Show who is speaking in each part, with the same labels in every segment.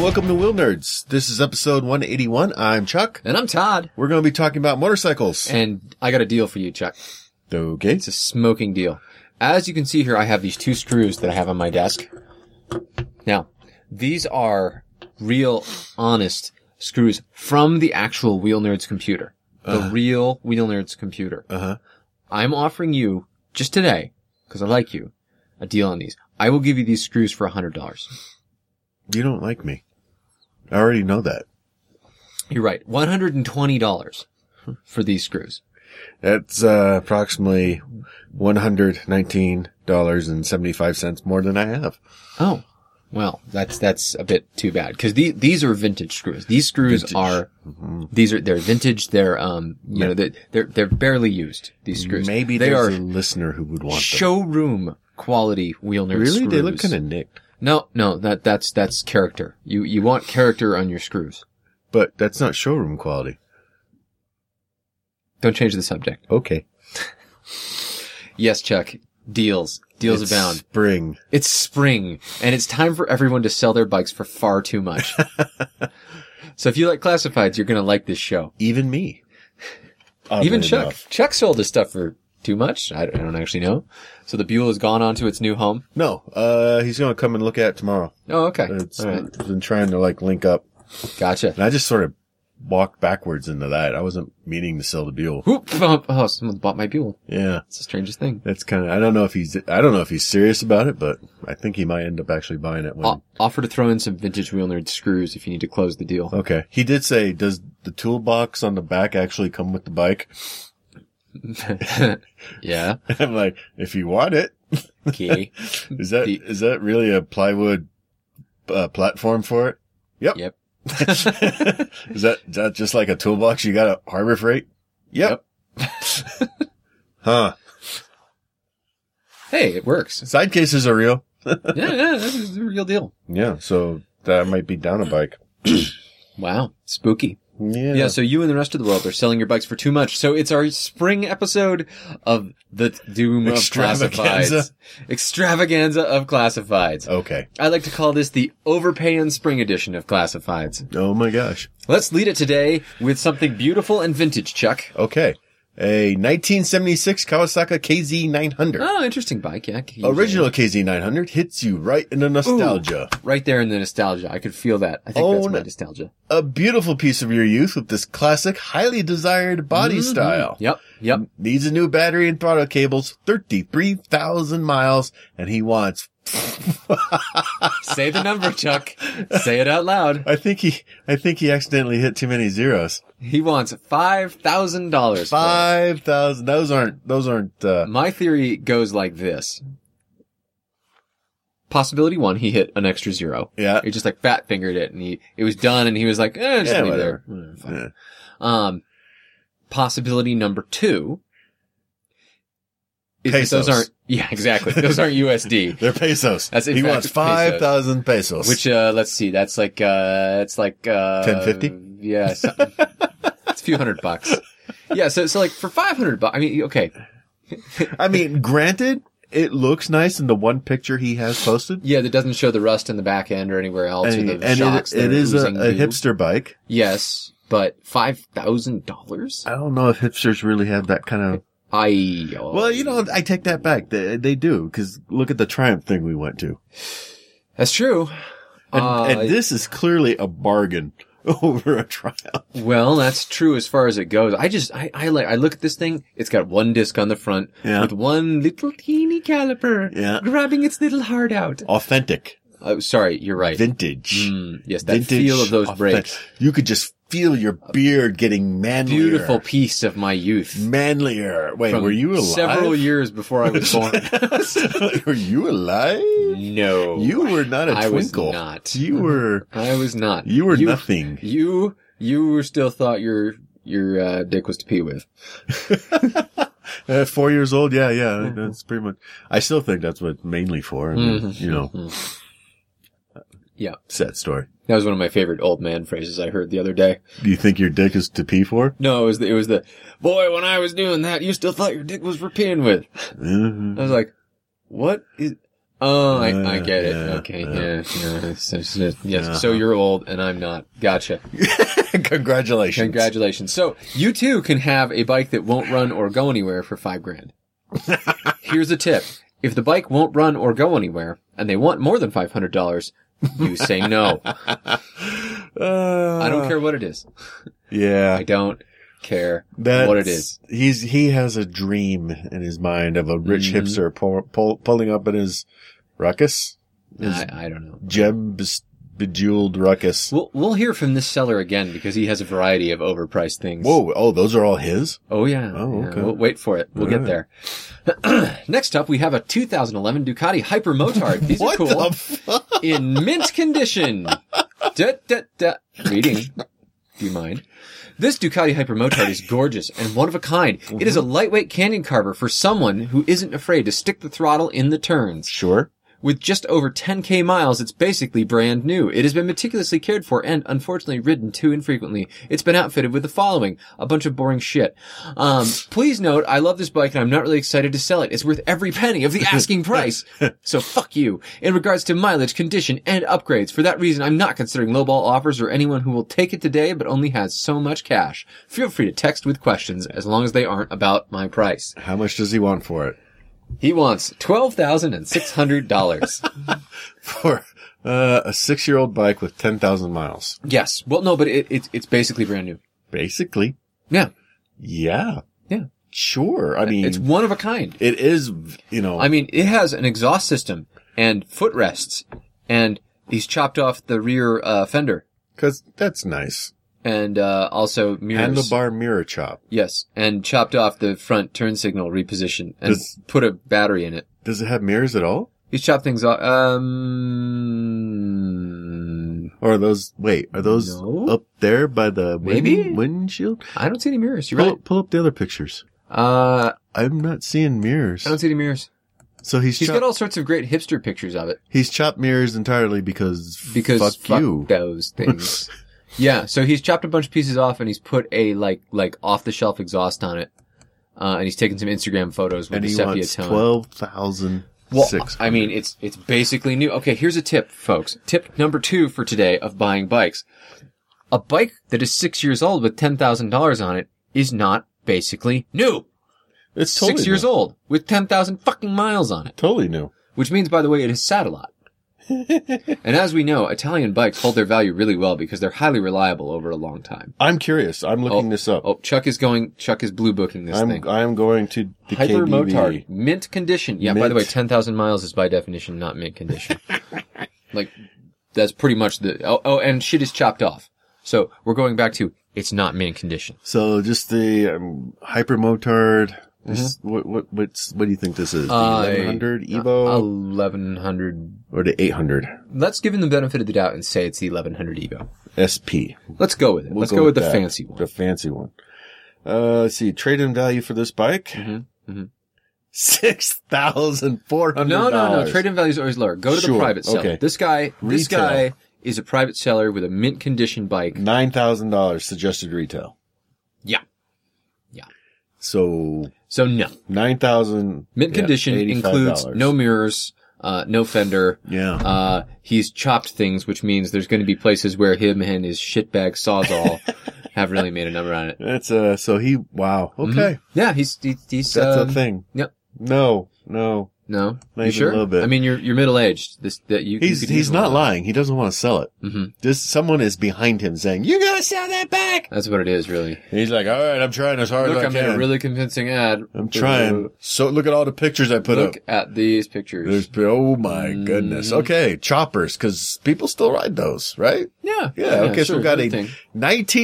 Speaker 1: welcome to Wheel Nerds. This is episode 181. I'm Chuck.
Speaker 2: And I'm Todd.
Speaker 1: We're going to be talking about motorcycles.
Speaker 2: And I got a deal for you, Chuck.
Speaker 1: Okay.
Speaker 2: It's a smoking deal. As you can see here, I have these two screws that I have on my desk. Now, these are real, honest screws from the actual Wheel Nerds computer. The real Wheel Nerds computer.
Speaker 1: Uh huh.
Speaker 2: I'm offering you, just today, because I like you, a deal on these. I will give you these screws for $100.
Speaker 1: You don't like me. I already know that.
Speaker 2: You're right. $120 for these screws.
Speaker 1: That's uh, approximately $119.75 more than I have.
Speaker 2: Oh, well, that's that's a bit too bad because the, these are vintage screws. These screws
Speaker 1: Vintage. Mm-hmm.
Speaker 2: are these are they're vintage. They're um you know they're, they're they're barely used. These screws
Speaker 1: Maybe
Speaker 2: they
Speaker 1: there's
Speaker 2: are
Speaker 1: a listener who would want them.
Speaker 2: showroom quality wheel nerd
Speaker 1: Really?
Speaker 2: screws.
Speaker 1: They look kind of nicked.
Speaker 2: no no that that's that's character. You you want character on your screws.
Speaker 1: But that's not showroom quality.
Speaker 2: Don't change the subject.
Speaker 1: Okay.
Speaker 2: Yes, Chuck. Deals deals
Speaker 1: It's
Speaker 2: abound.
Speaker 1: Spring.
Speaker 2: It's spring, and it's time for everyone to sell their bikes for far too much. so if you like classifieds, you're gonna like this show.
Speaker 1: Even me. Oddly
Speaker 2: Even Chuck.
Speaker 1: enough.
Speaker 2: Chuck sold his stuff for too much. I, I don't actually know. So the Buell has gone on to its new home.
Speaker 1: No, uh, he's going to come and look at it tomorrow.
Speaker 2: Oh, okay.
Speaker 1: It's
Speaker 2: All right.
Speaker 1: been trying to like link up.
Speaker 2: Gotcha.
Speaker 1: And I just sort of walked backwards into that. I wasn't meaning to sell the Buell.
Speaker 2: Whoop. bump. Oh, someone bought my Buell.
Speaker 1: Yeah.
Speaker 2: It's the strangest thing.
Speaker 1: That's kind of, I don't know if he's, I don't know if he's serious about it, but I think he might end up actually buying it when.
Speaker 2: O- offer to throw in some vintage wheel nerd screws if you need to close the deal.
Speaker 1: Okay. He did say, does the toolbox on the back actually come with the bike?
Speaker 2: yeah.
Speaker 1: I'm like, if you want it,
Speaker 2: Okay.
Speaker 1: is that,
Speaker 2: The-
Speaker 1: is that really a plywood uh, platform for it? Yep.
Speaker 2: Yep.
Speaker 1: is that, is that just like a toolbox you got at Harbor Freight? Yep. huh.
Speaker 2: Hey, it works.
Speaker 1: Side cases are real.
Speaker 2: Yeah, yeah, this is the real deal.
Speaker 1: Yeah. So that might be down a bike.
Speaker 2: Wow. Spooky.
Speaker 1: Yeah.
Speaker 2: Yeah, so you and the rest of the world are selling your bikes for too much. So it's our spring episode of the Doom of
Speaker 1: Extravaganza.
Speaker 2: Classifieds. Extravaganza of Classifieds.
Speaker 1: Okay.
Speaker 2: I like to call this the overpay in spring edition of Classifieds.
Speaker 1: Oh my gosh.
Speaker 2: Let's lead it today with something beautiful and vintage, Chuck.
Speaker 1: Okay. A 1976 Kawasaki KZ900.
Speaker 2: Oh, interesting bike, yeah. Can you-
Speaker 1: Original KZ900 hits you right in the nostalgia.
Speaker 2: Right there in the nostalgia. I could feel that. I think that's
Speaker 1: Own-
Speaker 2: my nostalgia.
Speaker 1: A beautiful piece of your youth with this classic, highly desired body
Speaker 2: Mm-hmm.
Speaker 1: style.
Speaker 2: Yep, yep.
Speaker 1: Needs a new battery and throttle cables, 33,000 miles, and he wants,
Speaker 2: Say the number, Chuck. Say it out loud.
Speaker 1: I think he, I think he accidentally hit too many zeros.
Speaker 2: He wants $5,000. for it.
Speaker 1: 5,000, those aren't, those aren't, uh,
Speaker 2: My theory goes like this. Possibility one, he hit an extra zero.
Speaker 1: yeah.
Speaker 2: He just like fat fingered it and he, it was done and he was like, eh, just
Speaker 1: Yeah,
Speaker 2: leave it
Speaker 1: whatever.
Speaker 2: there. Fine.
Speaker 1: Yeah.
Speaker 2: Um, possibility number two is that
Speaker 1: Pesos.
Speaker 2: those aren't. Yeah, exactly. Those aren't USD.
Speaker 1: They're pesos.
Speaker 2: That's in
Speaker 1: he
Speaker 2: fact
Speaker 1: wants
Speaker 2: pesos.
Speaker 1: 5,000 pesos.
Speaker 2: Which uh, let's see, that's like uh, it's like uh,
Speaker 1: 10.50?
Speaker 2: Yeah, something. it's a few hundred bucks. Yeah, so so like for five hundred bucks. I mean, okay,
Speaker 1: I mean, granted, it looks nice in the one picture he has posted.
Speaker 2: yeah, that doesn't show the rust in the back end or anywhere else
Speaker 1: And,
Speaker 2: or the
Speaker 1: and
Speaker 2: shocks.
Speaker 1: it,
Speaker 2: that
Speaker 1: it
Speaker 2: are
Speaker 1: is a,
Speaker 2: oozing
Speaker 1: a
Speaker 2: goo.
Speaker 1: hipster bike.
Speaker 2: Yes, but five thousand dollars.
Speaker 1: I don't know if hipsters really have that kind of.
Speaker 2: I
Speaker 1: Well,
Speaker 2: oh.
Speaker 1: you know, I take that back. They, they do, because look at the Triumph thing we went to.
Speaker 2: that's true.
Speaker 1: And,
Speaker 2: Uh,
Speaker 1: and this is clearly a bargain over a Triumph.
Speaker 2: Well, that's true as far as it goes. I just, I, I like, I look at this thing. It's got one disc on the front
Speaker 1: Yeah.
Speaker 2: with one little teeny caliper
Speaker 1: Yeah.
Speaker 2: grabbing its little heart out.
Speaker 1: Authentic.
Speaker 2: Oh, sorry, you're right.
Speaker 1: Vintage.
Speaker 2: Mm, yes, that
Speaker 1: Vintage.
Speaker 2: feel of those
Speaker 1: authentic.
Speaker 2: brakes.
Speaker 1: You could just feel your beard getting manlier.
Speaker 2: Beautiful piece of my youth.
Speaker 1: Manlier. Wait,
Speaker 2: From
Speaker 1: were you alive?
Speaker 2: Several years before I was born.
Speaker 1: were you alive?
Speaker 2: no.
Speaker 1: You were not a
Speaker 2: I was
Speaker 1: twinkle.
Speaker 2: not.
Speaker 1: You were
Speaker 2: I was not.
Speaker 1: you were nothing.
Speaker 2: You, you were still thought your, your, uh, dick was to pee with.
Speaker 1: Uh, four years old. Yeah, yeah.
Speaker 2: Mm-hmm.
Speaker 1: That's pretty much. I still think that's what it's mainly for. I mean,
Speaker 2: Mhm.
Speaker 1: You know.
Speaker 2: Yeah.
Speaker 1: Sad story.
Speaker 2: That was one of my favorite old man phrases I heard the other day.
Speaker 1: Do you think your dick is to pee for?
Speaker 2: No, it was the, it was the boy. When I was Mm-hmm. doing that, you still thought your dick was for peeing with.
Speaker 1: Mhm.
Speaker 2: I was like, what is? Oh, I, I
Speaker 1: Uh,
Speaker 2: get it.
Speaker 1: yeah,
Speaker 2: okay, yeah,
Speaker 1: yeah.
Speaker 2: yeah. It's- it's- it's- yes. So
Speaker 1: Uh-huh.
Speaker 2: you're old and I'm not. Gotcha.
Speaker 1: Congratulations.
Speaker 2: Congratulations. So you too can have a bike that won't run or go anywhere for five grand. Here's a tip. If the bike won't run or go anywhere and they want more than $500, you say no.
Speaker 1: Uh,
Speaker 2: I don't care what it is.
Speaker 1: Yeah.
Speaker 2: I don't care
Speaker 1: That's,
Speaker 2: what it is.
Speaker 1: He's he has a dream in his mind of a rich
Speaker 2: Mhm.
Speaker 1: hipster pull, pull, pulling up in his ruckus, his
Speaker 2: I, I don't know.
Speaker 1: gem bes- bejeweled ruckus.
Speaker 2: We'll, we'll hear from this seller again because he has a variety of overpriced things.
Speaker 1: Whoa! Oh, those are all his.
Speaker 2: Oh yeah.
Speaker 1: Oh,
Speaker 2: Yeah,
Speaker 1: okay.
Speaker 2: we'll wait for it. We'll
Speaker 1: All
Speaker 2: get
Speaker 1: right.
Speaker 2: there. Next up, we have a 2011 Ducati Hyper Motard. These are
Speaker 1: What
Speaker 2: cool.
Speaker 1: the fuck?
Speaker 2: in mint condition. da, da, da. Reading. Do you mind? This Ducati Hypermotard is gorgeous and one of a kind. It
Speaker 1: Mm-hmm.
Speaker 2: is a lightweight canyon carver for someone who isn't afraid to stick the throttle in the turns.
Speaker 1: Sure.
Speaker 2: With just over 10k miles, it's basically brand new. It has been meticulously cared for and unfortunately ridden too infrequently. It's been outfitted with the following. A bunch of boring shit. Um, please note, I love this bike and I'm not really excited to sell it. It's worth every penny of the asking price. so fuck you. In regards to mileage, condition, and upgrades, for that reason, I'm not considering lowball offers or anyone who will take it today but only has so much cash. Feel free to text with questions as long as they aren't about my price.
Speaker 1: How much does he want for it?
Speaker 2: He wants $12,600.
Speaker 1: For uh, a six-year-old bike with ten thousand miles,
Speaker 2: Yes. Well, no, but it, it, it's basically brand new.
Speaker 1: basically.
Speaker 2: Yeah.
Speaker 1: Yeah.
Speaker 2: Yeah.
Speaker 1: Sure. I mean,
Speaker 2: It's one of a kind.
Speaker 1: it is. You know.
Speaker 2: I mean, it has an exhaust system and footrests and he's chopped off the rear uh, fender
Speaker 1: because that's nice.
Speaker 2: and uh, also mirrors.
Speaker 1: Handlebar mirror chop.
Speaker 2: Yes. And chopped off the front turn signal reposition and
Speaker 1: Does-
Speaker 2: put a battery in it.
Speaker 1: Does it have mirrors at all?
Speaker 2: He's chopped things off. Um,
Speaker 1: Or are those, wait, are those
Speaker 2: No.
Speaker 1: up there by the wind,
Speaker 2: Maybe.
Speaker 1: windshield?
Speaker 2: I don't see any mirrors. You're
Speaker 1: Pull,
Speaker 2: right.
Speaker 1: up, pull up the other pictures.
Speaker 2: Uh,
Speaker 1: I'm not seeing mirrors.
Speaker 2: I don't see any mirrors.
Speaker 1: So he's,
Speaker 2: He's
Speaker 1: chopped,
Speaker 2: got all sorts of great hipster pictures of it.
Speaker 1: he's chopped mirrors entirely because,
Speaker 2: because
Speaker 1: fuck,
Speaker 2: fuck,
Speaker 1: you.
Speaker 2: those things. yeah, so he's chopped a bunch of pieces off and he's put a like like off the shelf exhaust on it, uh, and he's taken some Instagram photos with
Speaker 1: And
Speaker 2: the
Speaker 1: he
Speaker 2: sepia
Speaker 1: wants
Speaker 2: tone.
Speaker 1: 12,000.
Speaker 2: Well, I mean, it's it's basically new. Okay, here's a tip, folks. Tip number two for today of buying bikes: a bike that is six years old with ten thousand dollars on it is not basically new.
Speaker 1: it's
Speaker 2: six years
Speaker 1: new.
Speaker 2: old with ten thousand fucking miles on it.
Speaker 1: Totally new.
Speaker 2: Which means, by the way, it has sat a lot. and as we know, Italian bikes hold their value really well because they're highly reliable over a long time.
Speaker 1: I'm curious. I'm looking this up.
Speaker 2: Oh, Chuck is going, Chuck is blue booking this thing.
Speaker 1: I'm, I'm going to the
Speaker 2: Hyper
Speaker 1: KBV.
Speaker 2: motard. Mint condition. Yeah, by the
Speaker 1: Mint.
Speaker 2: way, 10,000 miles is by definition not mint condition. like, that's pretty much the, oh, oh, and shit is chopped off. So we're going back to, it's not mint condition.
Speaker 1: So just the um, hyper motard.
Speaker 2: Mm-hmm.
Speaker 1: This, what, what, what's, what do you think this is? The
Speaker 2: Uh,
Speaker 1: 1100 Evo
Speaker 2: 1100.
Speaker 1: or the 800
Speaker 2: Let's give him the benefit of the doubt and say it's the 1100 Evo.
Speaker 1: SP?
Speaker 2: Let's go with it.
Speaker 1: We'll
Speaker 2: Let's go, with, the
Speaker 1: that.
Speaker 2: fancy one.
Speaker 1: The fancy one. Uh, let's see, trade-in value for this bike
Speaker 2: Mhm, mhm.
Speaker 1: six thousand four hundred.
Speaker 2: No, no, no. Trade in value is always lower. Go to the
Speaker 1: Sure,
Speaker 2: private seller.
Speaker 1: okay.
Speaker 2: This guy, this
Speaker 1: Retail.
Speaker 2: guy is a private seller with a mint condition bike.
Speaker 1: nine thousand dollars suggested retail.
Speaker 2: Yeah.
Speaker 1: So
Speaker 2: So no,
Speaker 1: nine thousand
Speaker 2: mint condition includes no mirrors, uh, no fender.
Speaker 1: Yeah,
Speaker 2: Uh, he's chopped things, which means there's going to be places where him and his shitbag sawzall have really made a number on it. Mm-hmm.
Speaker 1: that's uh. So he wow. Okay,
Speaker 2: Yeah, he's he, he's
Speaker 1: that's
Speaker 2: um,
Speaker 1: a thing.
Speaker 2: yep.
Speaker 1: No, no.
Speaker 2: No,
Speaker 1: Not
Speaker 2: you
Speaker 1: even
Speaker 2: sure?
Speaker 1: a little bit.
Speaker 2: I mean, you're you're middle aged. This that you
Speaker 1: He's he's not lying. He doesn't want to sell it.
Speaker 2: hmm
Speaker 1: This someone is behind him saying, "You gotta sell that back."
Speaker 2: That's what it is, really.
Speaker 1: And he's like, "All right, I'm trying as hard
Speaker 2: Look,
Speaker 1: as I
Speaker 2: I made
Speaker 1: can.
Speaker 2: a really convincing ad.
Speaker 1: I'm trying. Uh, So look at all the pictures I put up.
Speaker 2: Look at these pictures.
Speaker 1: There's, oh my goodness. Okay, choppers, because people still ride those, right?
Speaker 2: Yeah.
Speaker 1: Yeah. okay, so
Speaker 2: sure,
Speaker 1: we've got a
Speaker 2: good thing.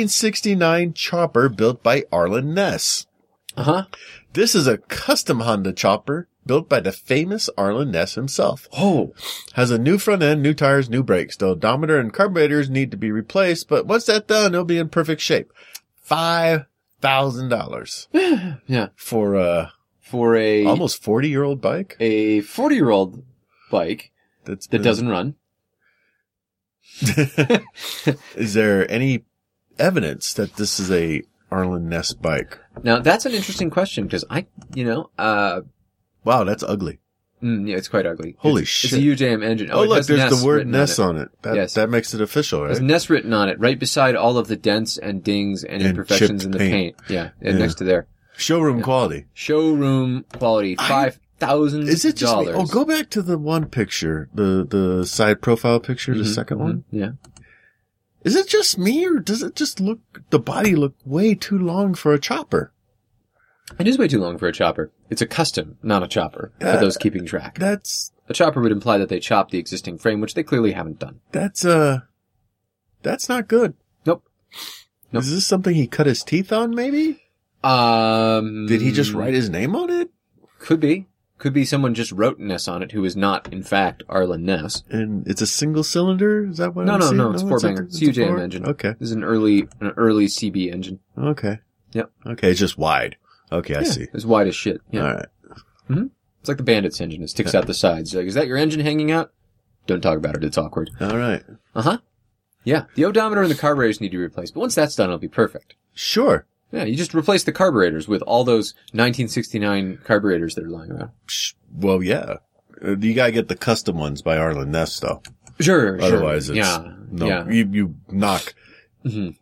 Speaker 1: 1969 chopper built by Arlen Ness.
Speaker 2: Uh
Speaker 1: Uh-huh.
Speaker 2: huh.
Speaker 1: This is a custom Honda chopper built by the famous Arlen Ness himself.
Speaker 2: Oh.
Speaker 1: Has a new front end, new tires, new brakes. The odometer and carburetors need to be replaced, but once that's done, it'll be in perfect shape. Five thousand dollars
Speaker 2: Yeah.
Speaker 1: for a
Speaker 2: For a
Speaker 1: almost forty year old bike
Speaker 2: a forty year old bike
Speaker 1: that's
Speaker 2: that
Speaker 1: been-
Speaker 2: doesn't run.
Speaker 1: Is there any evidence that this is a Arlen Ness bike?
Speaker 2: Now that's an interesting question because I, you know, uh,
Speaker 1: Wow, that's ugly.
Speaker 2: Mm, yeah, it's quite ugly.
Speaker 1: Holy
Speaker 2: It's-
Speaker 1: shit.
Speaker 2: It's a UJM engine.
Speaker 1: Oh,
Speaker 2: it
Speaker 1: look,
Speaker 2: has
Speaker 1: there's
Speaker 2: Ness
Speaker 1: the word
Speaker 2: written on
Speaker 1: Ness
Speaker 2: it.
Speaker 1: on it. That,
Speaker 2: Yes.
Speaker 1: that makes it official,
Speaker 2: There's
Speaker 1: right?
Speaker 2: Ness written on it, right beside all of the dents and dings and,
Speaker 1: And
Speaker 2: imperfections
Speaker 1: chipped
Speaker 2: in the paint.
Speaker 1: paint.
Speaker 2: Yeah, and
Speaker 1: Yeah.
Speaker 2: next to there.
Speaker 1: Showroom quality.
Speaker 2: Showroom quality,
Speaker 1: I-
Speaker 2: five thousand
Speaker 1: Is it just me?
Speaker 2: dollars.
Speaker 1: Oh, go back to the one picture, the the side profile picture,
Speaker 2: Mm-hmm,
Speaker 1: the 2nd one.
Speaker 2: Yeah. mm-hmm.
Speaker 1: Is it just me, or does it just look the body look way too long for a chopper?
Speaker 2: It is way too long for a chopper. It's a custom, not a chopper, for
Speaker 1: Yeah.
Speaker 2: those keeping track.
Speaker 1: That's
Speaker 2: A chopper would imply that they chopped the existing frame, which they clearly haven't done.
Speaker 1: that's uh that's not good.
Speaker 2: Nope. Nope.
Speaker 1: Is this something he cut his teeth on? Maybe
Speaker 2: Um,
Speaker 1: did he just write his name on it?
Speaker 2: Could be. Could be someone just wrote Ness on it who is not, in fact, Arlen Ness.
Speaker 1: And it's a single cylinder. Is that what?
Speaker 2: No,
Speaker 1: I'm
Speaker 2: no,
Speaker 1: seeing?
Speaker 2: no, it's four
Speaker 1: a-
Speaker 2: banger.
Speaker 1: it's
Speaker 2: It's a
Speaker 1: a
Speaker 2: UJM
Speaker 1: four?
Speaker 2: engine.
Speaker 1: Okay,
Speaker 2: This is an early, an early CB engine.
Speaker 1: okay,
Speaker 2: Yep.
Speaker 1: okay. It's just wide. Okay, I
Speaker 2: Yeah,
Speaker 1: see.
Speaker 2: It's wide as shit. Yeah.
Speaker 1: All right.
Speaker 2: It's like the Bandit's engine. It sticks out the sides. Like, is that your engine hanging out? Don't talk about it. It's awkward.
Speaker 1: All right.
Speaker 2: Uh huh. Yeah. The odometer and the carburetors need to be replaced, but once that's done, it'll be perfect.
Speaker 1: Sure.
Speaker 2: Yeah. You just replace the carburetors with all those 1969 carburetors that are lying around.
Speaker 1: Psh, Well, yeah. Uh, You gotta get the custom ones by Arlen Ness, though.
Speaker 2: Sure. sure.
Speaker 1: Otherwise, it's
Speaker 2: yeah.
Speaker 1: no.
Speaker 2: Yeah.
Speaker 1: You you knock
Speaker 2: Mhm.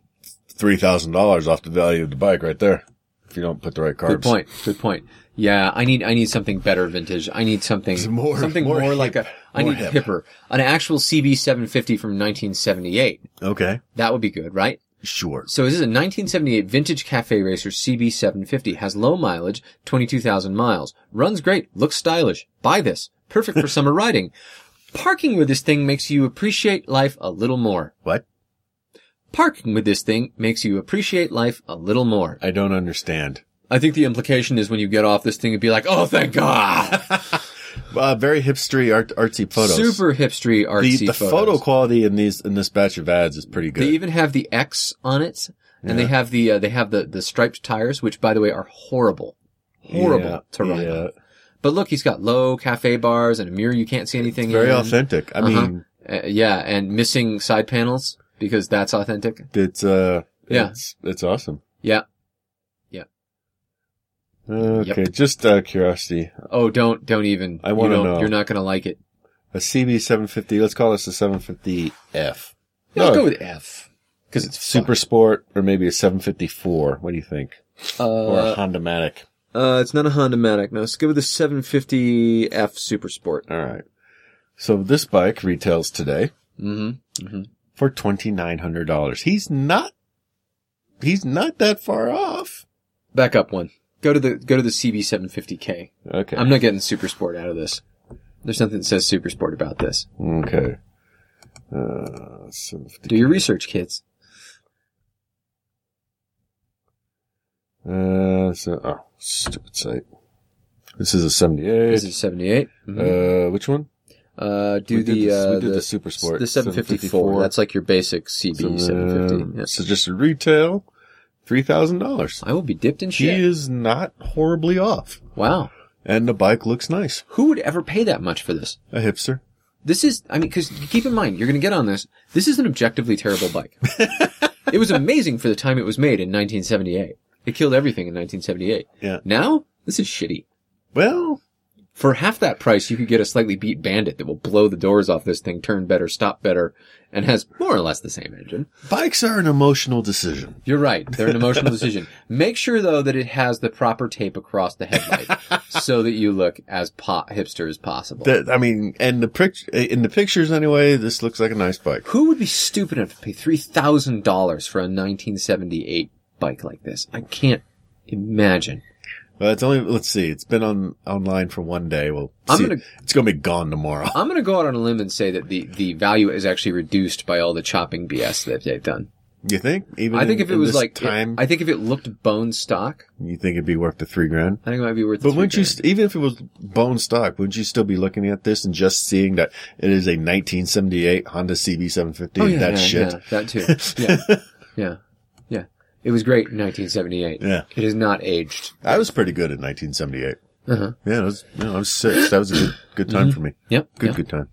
Speaker 1: three thousand dollars off the value of the bike right there if you don't put the right carbs.
Speaker 2: Good point. Good point. Yeah, I need I need something better vintage. I need something
Speaker 1: More-
Speaker 2: something more,
Speaker 1: more hip.
Speaker 2: like a I
Speaker 1: More
Speaker 2: need
Speaker 1: hip.
Speaker 2: hipper. An actual CB750 from 1978.
Speaker 1: Okay.
Speaker 2: That would be good, right?
Speaker 1: Sure.
Speaker 2: So this is a 1978 vintage cafe racer CB750. Has low mileage, 22,000 miles. Runs great, looks stylish. Buy this. Perfect for summer riding. Parking with this thing makes you appreciate life a little more.
Speaker 1: What?
Speaker 2: Parking with this thing makes you appreciate life a little more.
Speaker 1: I don't understand.
Speaker 2: I think the implication is when you get off this thing, you'd be like, oh, thank God.
Speaker 1: Uh, very hipstery art, artsy photos.
Speaker 2: Super hipstery
Speaker 1: The,
Speaker 2: artsy
Speaker 1: the photo
Speaker 2: photos.
Speaker 1: quality in these in this batch of ads is pretty
Speaker 2: They
Speaker 1: good.
Speaker 2: even have the X on it, and they have the uh, they have the the striped tires, which by the way are horrible, horrible
Speaker 1: Yeah,
Speaker 2: to ride.
Speaker 1: yeah.
Speaker 2: on. But look, he's got low cafe bars and a mirror you can't see anything.
Speaker 1: Very
Speaker 2: in.
Speaker 1: authentic. I
Speaker 2: Uh-huh.
Speaker 1: mean,
Speaker 2: Uh, yeah, and missing side panels because that's authentic.
Speaker 1: it's uh,
Speaker 2: Yeah.
Speaker 1: it's, it's awesome.
Speaker 2: Yeah.
Speaker 1: Okay, just out of curiosity,
Speaker 2: Oh, don't don't even.
Speaker 1: I wanna
Speaker 2: you don't-
Speaker 1: know.
Speaker 2: You're not gonna like it.
Speaker 1: a CB 750. Let's call this a 750F.
Speaker 2: Yeah, Let's
Speaker 1: No.
Speaker 2: go with F because it's
Speaker 1: Super Sport or maybe a 754. What do you think?
Speaker 2: Uh,
Speaker 1: Or a Honda Matic.
Speaker 2: uh, it's not a Honda Matic. No, let's go with the 750 F Super Sport.
Speaker 1: All right. So this bike retails today
Speaker 2: hmm
Speaker 1: for $2,900. He's not, he's not that far off.
Speaker 2: Back up one. Go to the go to the CB750K.
Speaker 1: Okay.
Speaker 2: I'm not getting super sport out of this. There's nothing that says super sport about this.
Speaker 1: okay. Uh, 750.
Speaker 2: Do your research, kids.
Speaker 1: Uh, so, oh, stupid site. This is a 78.
Speaker 2: This is 78. Mhm.
Speaker 1: uh, which one?
Speaker 2: Uh, do
Speaker 1: we
Speaker 2: the,
Speaker 1: did this-
Speaker 2: uh,
Speaker 1: we did the Super Sport,
Speaker 2: the 754.
Speaker 1: 754.
Speaker 2: That's like your basic CB
Speaker 1: Um,
Speaker 2: 750. Yes.
Speaker 1: Suggested retail, $3,000.
Speaker 2: I will be dipped in
Speaker 1: He
Speaker 2: shit.
Speaker 1: is not horribly off.
Speaker 2: Wow.
Speaker 1: And the bike looks nice.
Speaker 2: Who would ever pay that much for this?
Speaker 1: A hipster.
Speaker 2: This is, I mean, cause keep in mind, you're gonna get on this. This is an objectively terrible bike. it was amazing for the time it was made in 1978. It killed everything in 1978.
Speaker 1: Yeah.
Speaker 2: Now, this is shitty.
Speaker 1: Well,
Speaker 2: For half that price, you could get a slightly beat bandit that will blow the doors off this thing, turn better, stop better, and has more or less the same engine.
Speaker 1: bikes are an emotional decision.
Speaker 2: You're right. They're an emotional decision. Make sure though that it has the proper tape across the headlight so that you look as po- hipster as possible.
Speaker 1: That I mean, and the pic- in the pictures anyway, this looks like a nice bike.
Speaker 2: Who would be stupid enough to pay $3,000 for a 1978 bike like this? I can't imagine.
Speaker 1: Well, it's only let's see, it's been on online for one day. Well,
Speaker 2: I'm
Speaker 1: see,
Speaker 2: gonna-
Speaker 1: it's gonna be gone tomorrow.
Speaker 2: I'm going to go out on a limb and say that the, the value is actually reduced by all the chopping BS that they've done.
Speaker 1: You think? Even
Speaker 2: I think
Speaker 1: in-
Speaker 2: if it
Speaker 1: in
Speaker 2: was
Speaker 1: this
Speaker 2: like,
Speaker 1: time,
Speaker 2: I think if it looked bone stock,
Speaker 1: you think it'd be worth the three grand?
Speaker 2: I think it might be worth. the
Speaker 1: But wouldn't
Speaker 2: three
Speaker 1: you, st- even if it was bone stock, wouldn't you still be looking at this and just seeing that it is a 1978 Honda CB750?
Speaker 2: grand.
Speaker 1: that shit.
Speaker 2: Oh, yeah, that too. Yeah, yeah, yeah. It was great in 1978.
Speaker 1: Yeah.
Speaker 2: it is not aged.
Speaker 1: I was pretty good in 1978.
Speaker 2: Uh-huh. Mm-hmm.
Speaker 1: Yeah, I was, you know, I was six. That was a good, good time for me.
Speaker 2: Yep.
Speaker 1: Good,
Speaker 2: yep.
Speaker 1: good time.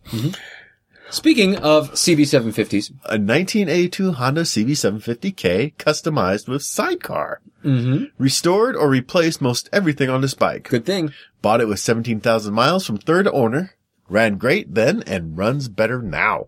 Speaker 2: Speaking of CB750s,
Speaker 1: A 1982 Honda CB750K customized with sidecar.
Speaker 2: Mm-hmm.
Speaker 1: Restored or replaced most everything on this bike.
Speaker 2: Good thing.
Speaker 1: Bought it with 17,000 miles from third owner. Ran great then and runs better now.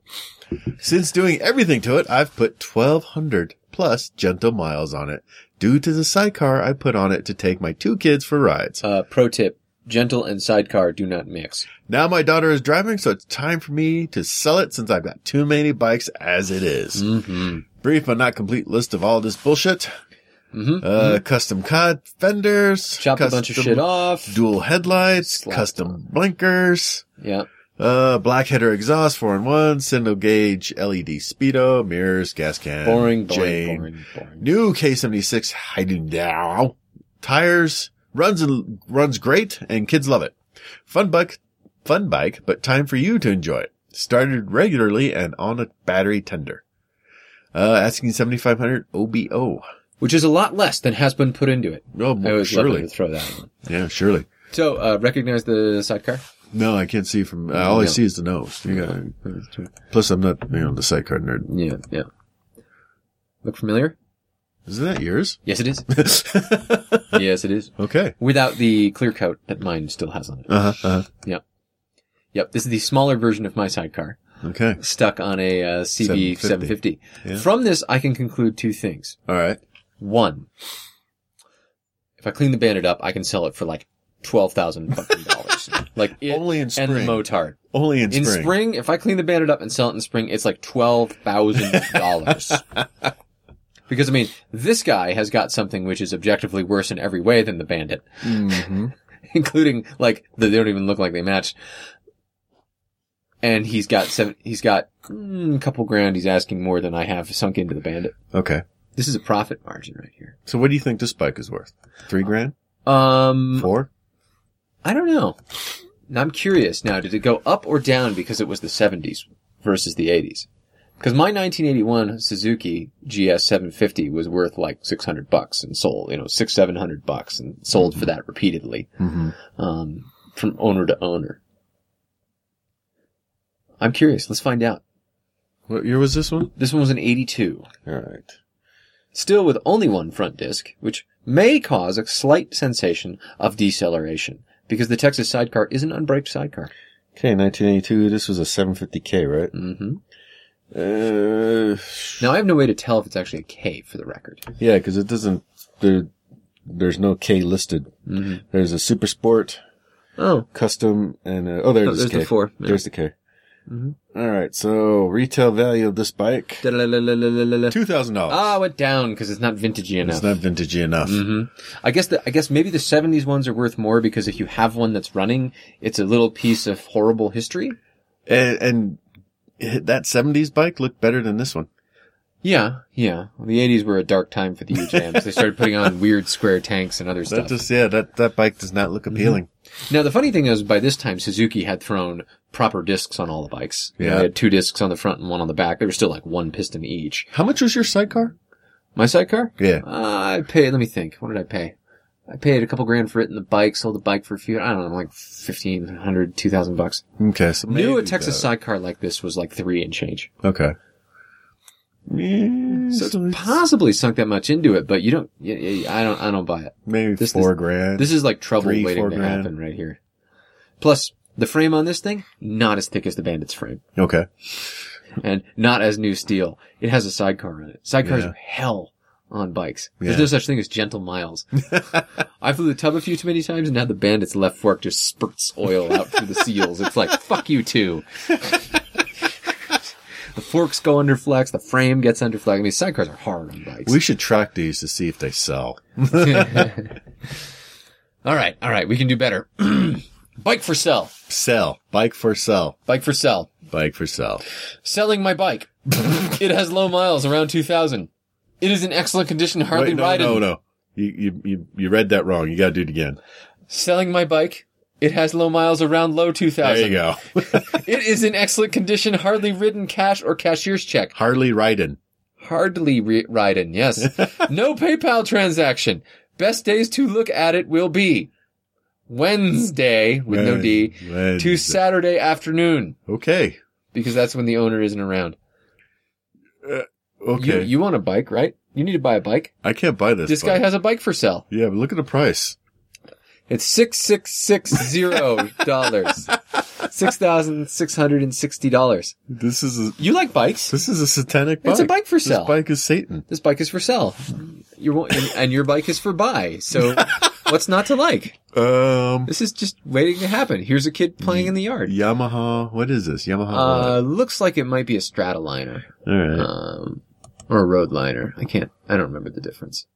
Speaker 1: Since doing everything to it, I've put 1200 plus gentle miles on it due to the sidecar I put on it to take my two kids for rides.
Speaker 2: Uh, pro tip. Gentle and sidecar do not mix.
Speaker 1: Now my daughter is driving, so it's time for me to sell it since I've got too many bikes as it is.
Speaker 2: Mm-hmm.
Speaker 1: Brief but not complete list of all this bullshit.
Speaker 2: Mm-hmm.
Speaker 1: Uh, custom cod fenders.
Speaker 2: Chopped a
Speaker 1: custom
Speaker 2: bunch of shit off.
Speaker 1: Dual headlights,
Speaker 2: Slapped
Speaker 1: custom blinkers,
Speaker 2: yeah.
Speaker 1: uh, black header exhaust, four in one, single gauge, LED speedo, mirrors, gas can.
Speaker 2: Boring, boring,
Speaker 1: chain.
Speaker 2: boring, boring.
Speaker 1: New K76 hiding now. Tires runs and runs great and kids love it. Fun bike, fun bike, but time for you to enjoy it. Started regularly and on a battery tender. Uh, asking 7500 OBO.
Speaker 2: Which is a lot less than has been put into it.
Speaker 1: Oh,
Speaker 2: I always love to
Speaker 1: surely.
Speaker 2: throw that in.
Speaker 1: Yeah, surely.
Speaker 2: So, uh, recognize the sidecar?
Speaker 1: No, I can't see from, uh, all I
Speaker 2: Yeah.
Speaker 1: see is the nose. You gotta- plus I'm not, you know, the sidecar nerd.
Speaker 2: Yeah, yeah. Look familiar?
Speaker 1: Isn't that yours?
Speaker 2: Yes, it is. yes, it is.
Speaker 1: okay.
Speaker 2: Without the clear coat that mine still has on it.
Speaker 1: Uh huh. Uh-huh.
Speaker 2: Yep, this is the smaller version of my sidecar,
Speaker 1: Okay.
Speaker 2: stuck on a uh, CB 750.
Speaker 1: Yeah.
Speaker 2: From this, I can conclude two things.
Speaker 1: All right.
Speaker 2: One, if I clean the bandit up, I can sell it for like twelve thousand fucking dollars. like it
Speaker 1: Only in
Speaker 2: and the
Speaker 1: spring.
Speaker 2: motard.
Speaker 1: Only in
Speaker 2: In
Speaker 1: spring.
Speaker 2: spring. if I clean the bandit up and sell it in spring, it's like twelve thousand dollars. because I mean, this guy has got something which is objectively worse in every way than the bandit,
Speaker 1: Mm-hmm.
Speaker 2: including like the, they don't even look like they match. And he's got seven. He's got mm, a couple grand. He's asking more than I have sunk into the bandit.
Speaker 1: Okay.
Speaker 2: This is a profit margin right here.
Speaker 1: So what do you think this bike is worth? Three grand?
Speaker 2: Um,
Speaker 1: Four?
Speaker 2: I don't know. Now I'm curious now, did it go up or down because it was the 70s versus the 80s? Because my 1981 Suzuki GS750 was worth like 600 bucks and sold, you know, six, 700 bucks and sold for that repeatedly,
Speaker 1: Mm-hmm.
Speaker 2: um, from owner to owner. I'm curious. Let's find out.
Speaker 1: What year was this one?
Speaker 2: This one was an 82,
Speaker 1: All right.
Speaker 2: still with only one front disc, which may cause a slight sensation of deceleration because the Texas sidecar is an unbraked sidecar.
Speaker 1: Okay, 1982. This was a 750K, right?
Speaker 2: hmm
Speaker 1: Uh,
Speaker 2: Now I have no way to tell if it's actually a K for the record.
Speaker 1: yeah, because it doesn't. There, there's no K listed.
Speaker 2: Mm-hmm.
Speaker 1: There's a Super Sport,
Speaker 2: Oh,
Speaker 1: Custom, and uh, oh, there's,
Speaker 2: Oh,
Speaker 1: this
Speaker 2: there's the
Speaker 1: K.
Speaker 2: four, yeah.
Speaker 1: There's the K.
Speaker 2: Mhm.
Speaker 1: All right. So retail value of this bike
Speaker 2: Da-la-la-la-la-la-la.
Speaker 1: two thousand dollars.
Speaker 2: ah, it went down because it's not vintagey
Speaker 1: It's
Speaker 2: enough.
Speaker 1: not vintagey enough.
Speaker 2: hmm I guess the, I guess maybe the '70s ones are worth more because if you have one that's running, it's a little piece of horrible history.
Speaker 1: And, and it- that 70s bike looked better than this one.
Speaker 2: Yeah, yeah. The '80s were a dark time for the UJMs. they started putting on weird square tanks and other
Speaker 1: That
Speaker 2: stuff.
Speaker 1: just yeah, that that bike does not look appealing.
Speaker 2: Now the funny thing is, by this time Suzuki had thrown proper discs on all the bikes. You know,
Speaker 1: Yeah.
Speaker 2: they had two discs on the front and one on the back. They were still like one piston each.
Speaker 1: How much was your sidecar?
Speaker 2: My sidecar?
Speaker 1: Yeah.
Speaker 2: Uh, I paid, let me think. What did I pay? I paid a couple grand for it and the bike, sold the bike for a few, I don't know, like 1500, 2000 bucks.
Speaker 1: Okay, so
Speaker 2: New a
Speaker 1: maybe
Speaker 2: Texas
Speaker 1: the-
Speaker 2: sidecar like this was like three and change.
Speaker 1: Okay. Yeah, so
Speaker 2: So it's
Speaker 1: it's
Speaker 2: possibly sunk that much into it, but you don't, y- y- I don't, I don't buy it.
Speaker 1: maybe
Speaker 2: this-
Speaker 1: four grand.
Speaker 2: This is like trouble
Speaker 1: Three,
Speaker 2: waiting
Speaker 1: four
Speaker 2: to
Speaker 1: grand.
Speaker 2: happen right here. Plus, the frame on this thing, not as thick as the Bandit's frame
Speaker 1: okay.
Speaker 2: and not as new steel. It has a sidecar on it. Sidecars
Speaker 1: Yeah.
Speaker 2: are hell on bikes.
Speaker 1: Yeah.
Speaker 2: There's no such thing as gentle miles. I flew the tub a few too many times and now the bandit's left fork just spurts oil out through the seals. It's like, fuck you too. the forks go under flex, the frame gets under flex. I mean, sidecars are hard on bikes.
Speaker 1: We should track these to see if they sell.
Speaker 2: all right, all right, we can do better. bike for sell.
Speaker 1: Sell. Bike for sell.
Speaker 2: Bike for sell.
Speaker 1: Bike for sell.
Speaker 2: Selling my bike. it has low miles, around 2,000. It is in excellent condition, hardly
Speaker 1: Wait, no,
Speaker 2: ridden.
Speaker 1: no, no. You, you, you, you read that wrong. You gotta do it again.
Speaker 2: Selling my bike. It has low miles around low 2000.
Speaker 1: There you go.
Speaker 2: It is in excellent condition, hardly ridden cash or cashier's check.
Speaker 1: Hardly riding.
Speaker 2: Hardly re- ridden, yes. no PayPal transaction. Best days to look at it will be Wednesday, with no D,
Speaker 1: Wednesday.
Speaker 2: to Saturday afternoon,
Speaker 1: Okay.
Speaker 2: because that's when the owner isn't around.
Speaker 1: Okay.
Speaker 2: You, you want a bike, right? You need to buy a bike.
Speaker 1: I can't buy this.
Speaker 2: This guy
Speaker 1: bike.
Speaker 2: has a bike for sale.
Speaker 1: yeah, but look at the price.
Speaker 2: It's six six six zero dollars, six thousand six hundred and sixty dollars.
Speaker 1: This is a
Speaker 2: You like bikes?
Speaker 1: this is a satanic bike.
Speaker 2: It's a bike for
Speaker 1: This
Speaker 2: sale.
Speaker 1: bike is Satan.
Speaker 2: This bike is for sale. Your wa- and, and your bike is for buy. So what's not to like?
Speaker 1: Um,
Speaker 2: This is just waiting to happen. Here's a kid playing in the yard.
Speaker 1: Yamaha. What is this? Yamaha.
Speaker 2: Uh, looks like it might be a Stratoliner,
Speaker 1: what? All right.
Speaker 2: um, or a Roadliner. I can't. I don't remember the difference.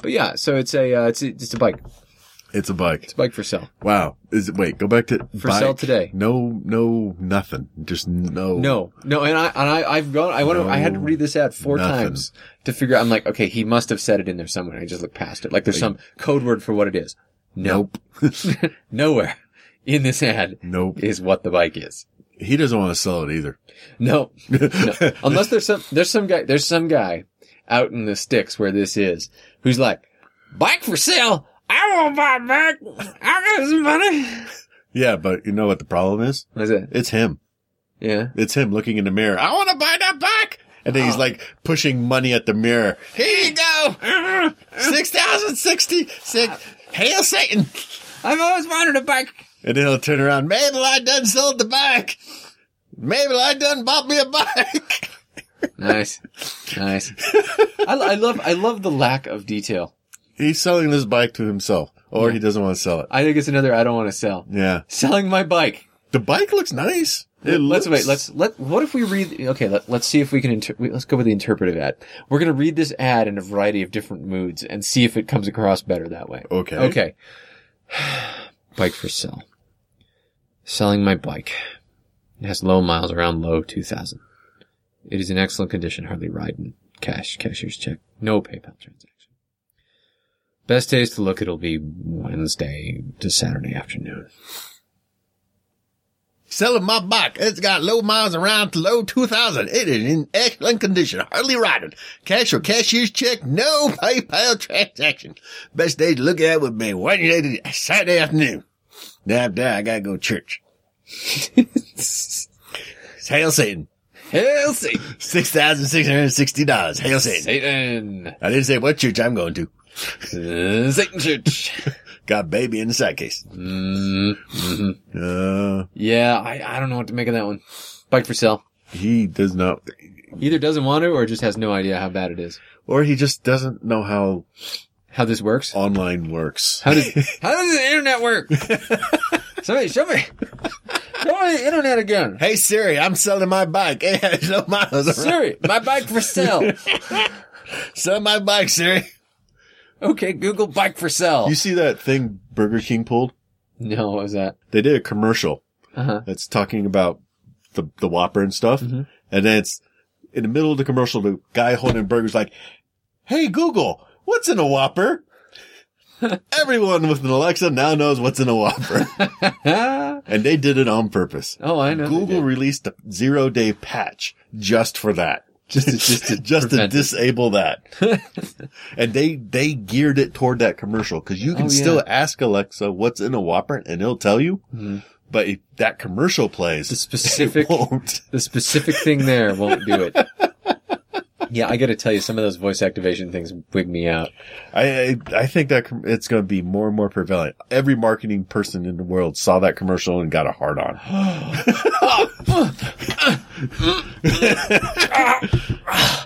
Speaker 2: But yeah, so it's a uh, it's a, it's a bike.
Speaker 1: it's a bike.
Speaker 2: It's a bike for sale.
Speaker 1: Wow. Is it? Wait. Go back to
Speaker 2: For sale
Speaker 1: bike.
Speaker 2: today.
Speaker 1: No. No. Nothing. Just no.
Speaker 2: No, no, and I and I I've gone. I want to. I had to read this ad four
Speaker 1: Nothing.
Speaker 2: times to figure. out. I'm like, okay, he must have said it in there somewhere. I just looked past it. Like there's some code word for what it is. No,
Speaker 1: Nope.
Speaker 2: nowhere in this ad
Speaker 1: Nope.
Speaker 2: is what the bike is.
Speaker 1: He doesn't want to sell it either.
Speaker 2: No, no. unless there's some there's some guy there's some guy out in the sticks where this is who's like bike for sale. I won't buy a bike. I got some money.
Speaker 1: Yeah, but you know what the problem is?
Speaker 2: What is it?
Speaker 1: It's him.
Speaker 2: Yeah.
Speaker 1: It's him looking in the mirror. I want to buy that bike. And
Speaker 2: Oh.
Speaker 1: then he's like pushing money at the mirror. Here you go. Six thousand sixty six. Hail Satan.
Speaker 2: I've always wanted a bike.
Speaker 1: And then he'll turn around. Mabel, I done sold the bike. Mabel, I done bought me a bike.
Speaker 2: Nice, nice. I, I love I love the lack of detail.
Speaker 1: He's selling this bike to himself, or he doesn't want to sell it.
Speaker 2: I think it's another I don't want to sell.
Speaker 1: Yeah,
Speaker 2: Selling my bike.
Speaker 1: the bike looks nice. It
Speaker 2: let's
Speaker 1: looks-
Speaker 2: wait. Let's let. What if we read? Okay, let, let's see if we can. Inter- we- let's go with the interpretive ad. We're gonna read this ad in a variety of different moods and see if it comes across better that way.
Speaker 1: Okay.
Speaker 2: Okay. bike for sale. Selling my bike. It has low miles around low 2000. It is in excellent condition, hardly riding. Cash, cashier's check. No PayPal transaction. Best days to look it'll be Wednesday to Saturday afternoon.
Speaker 1: Selling my bike. It's got low miles around to low 2000. It is in excellent condition. Hardly ridden. Cash or cashier's check. No PayPal transaction. Best day to look at would be Wednesday to Saturday afternoon. Now, now I gotta go to church. Hail Satan.
Speaker 2: Hail Satan!
Speaker 1: $6,660. Hail Satan.
Speaker 2: Satan!
Speaker 1: I didn't say what church I'm going to.
Speaker 2: Uh, Satan Church!
Speaker 1: Got baby in the side case.
Speaker 2: Mm, mhm.
Speaker 1: Uh,
Speaker 2: Yeah, I, I don't know what to make of that one. Bike for sale.
Speaker 1: he does not,
Speaker 2: Either doesn't want to or just has no idea how bad it is.
Speaker 1: or he just doesn't know how
Speaker 2: How this works?
Speaker 1: online works.
Speaker 2: Oh. How does how does the internet work? Somebody show me show me the internet again.
Speaker 1: Hey Siri, I'm selling my bike. It has no miles around.
Speaker 2: Siri, my bike for sale.
Speaker 1: Sell my bike, Siri.
Speaker 2: Okay, Google bike for sale.
Speaker 1: You see that thing Burger King pulled?
Speaker 2: no, what was that?
Speaker 1: They did a commercial
Speaker 2: Uh huh.
Speaker 1: that's talking about the the Whopper and stuff,
Speaker 2: Mm-hmm.
Speaker 1: and then it's in the middle of the commercial. The guy holding burgers like, "Hey Google, what's in a Whopper?" Everyone with an Alexa now knows what's in a Whopper, and they did it on purpose.
Speaker 2: oh, I know.
Speaker 1: Google released a zero day patch just for that. Just to, just to, just to
Speaker 2: prevent it.
Speaker 1: disable that. and they, they geared it toward that commercial because you can
Speaker 2: Oh, yeah. Mm-hmm.
Speaker 1: still ask Alexa what's in a Whopper and it'll tell you. But if that commercial plays,
Speaker 2: The specific-
Speaker 1: it won't.
Speaker 2: The specific thing there won't do it. Yeah, I got to tell you, some of those voice activation things wig me out.
Speaker 1: I, I, I think that com- it's going to be more and more prevalent. Every marketing person in the world saw that commercial and got a hard on.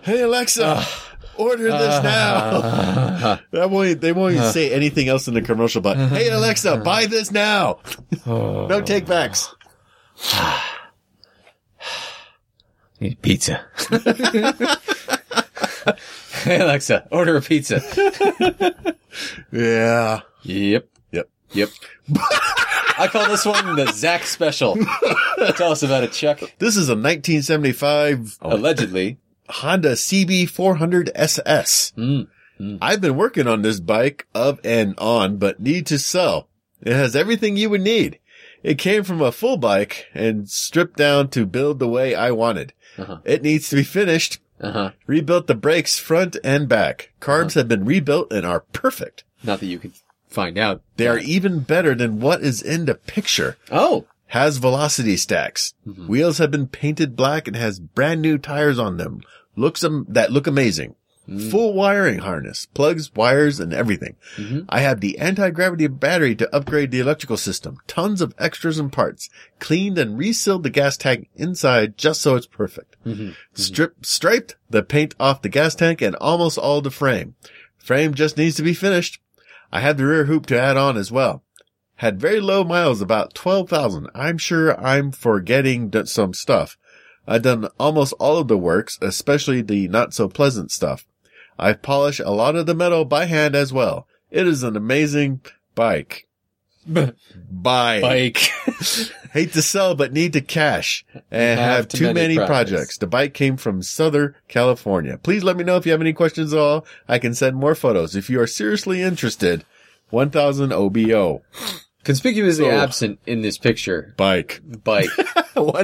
Speaker 1: hey Alexa, order this now.
Speaker 2: Oh.
Speaker 1: That won't, they won't even say anything else in the commercial, but hey Alexa, buy this now.
Speaker 2: Oh.
Speaker 1: No take backs.
Speaker 2: Need pizza. hey Alexa, order a pizza.
Speaker 1: Yeah.
Speaker 2: Yep.
Speaker 1: Yep.
Speaker 2: Yep. I call this one the Zach special. Tell us about it, Chuck.
Speaker 1: This is a 1975
Speaker 2: Oh. Allegedly.
Speaker 1: Honda CB400 SS.
Speaker 2: Mm.
Speaker 1: I've been working on this bike of and on, but need to sell. It has everything you would need. It came from a full bike and stripped down to build the way I wanted.
Speaker 2: Uh-huh.
Speaker 1: It needs to be finished.
Speaker 2: Uh huh.
Speaker 1: Rebuilt the brakes front and back. Carbs have been rebuilt and are perfect.
Speaker 2: Not that you could find out.
Speaker 1: They are even better than what is in the picture.
Speaker 2: Oh.
Speaker 1: Has velocity stacks. Wheels have been painted black and has brand new tires on them. Looks am- that look amazing. Full wiring harness, plugs, wires, and everything.
Speaker 2: Mhm.
Speaker 1: I have the anti-gravity battery to upgrade the electrical system. Tons of extras and parts. Cleaned and resealed the gas tank inside just so it's perfect.
Speaker 2: Mhm.
Speaker 1: Strip, striped the paint off the gas tank and almost all the frame. Frame just needs to be finished. I had the rear hoop to add on as well. Had very low miles, about 12,000. I'm sure I'm forgetting d- some stuff. I've done almost all of the works, especially the not so pleasant stuff. I've polished a lot of the metal by hand as well. It is an amazing bike.
Speaker 2: B-
Speaker 1: Bye.
Speaker 2: Bike.
Speaker 1: Hate to sell, but need to cash and
Speaker 2: Have
Speaker 1: have,
Speaker 2: too
Speaker 1: too
Speaker 2: many
Speaker 1: many,
Speaker 2: projects.
Speaker 1: projects. The bike came from Southern California. Please let me know if you have any questions at all. I can send more photos if you are seriously interested. 1000 OBO
Speaker 2: Conspicuously
Speaker 1: So-
Speaker 2: absent in this picture,
Speaker 1: bike.
Speaker 2: bike.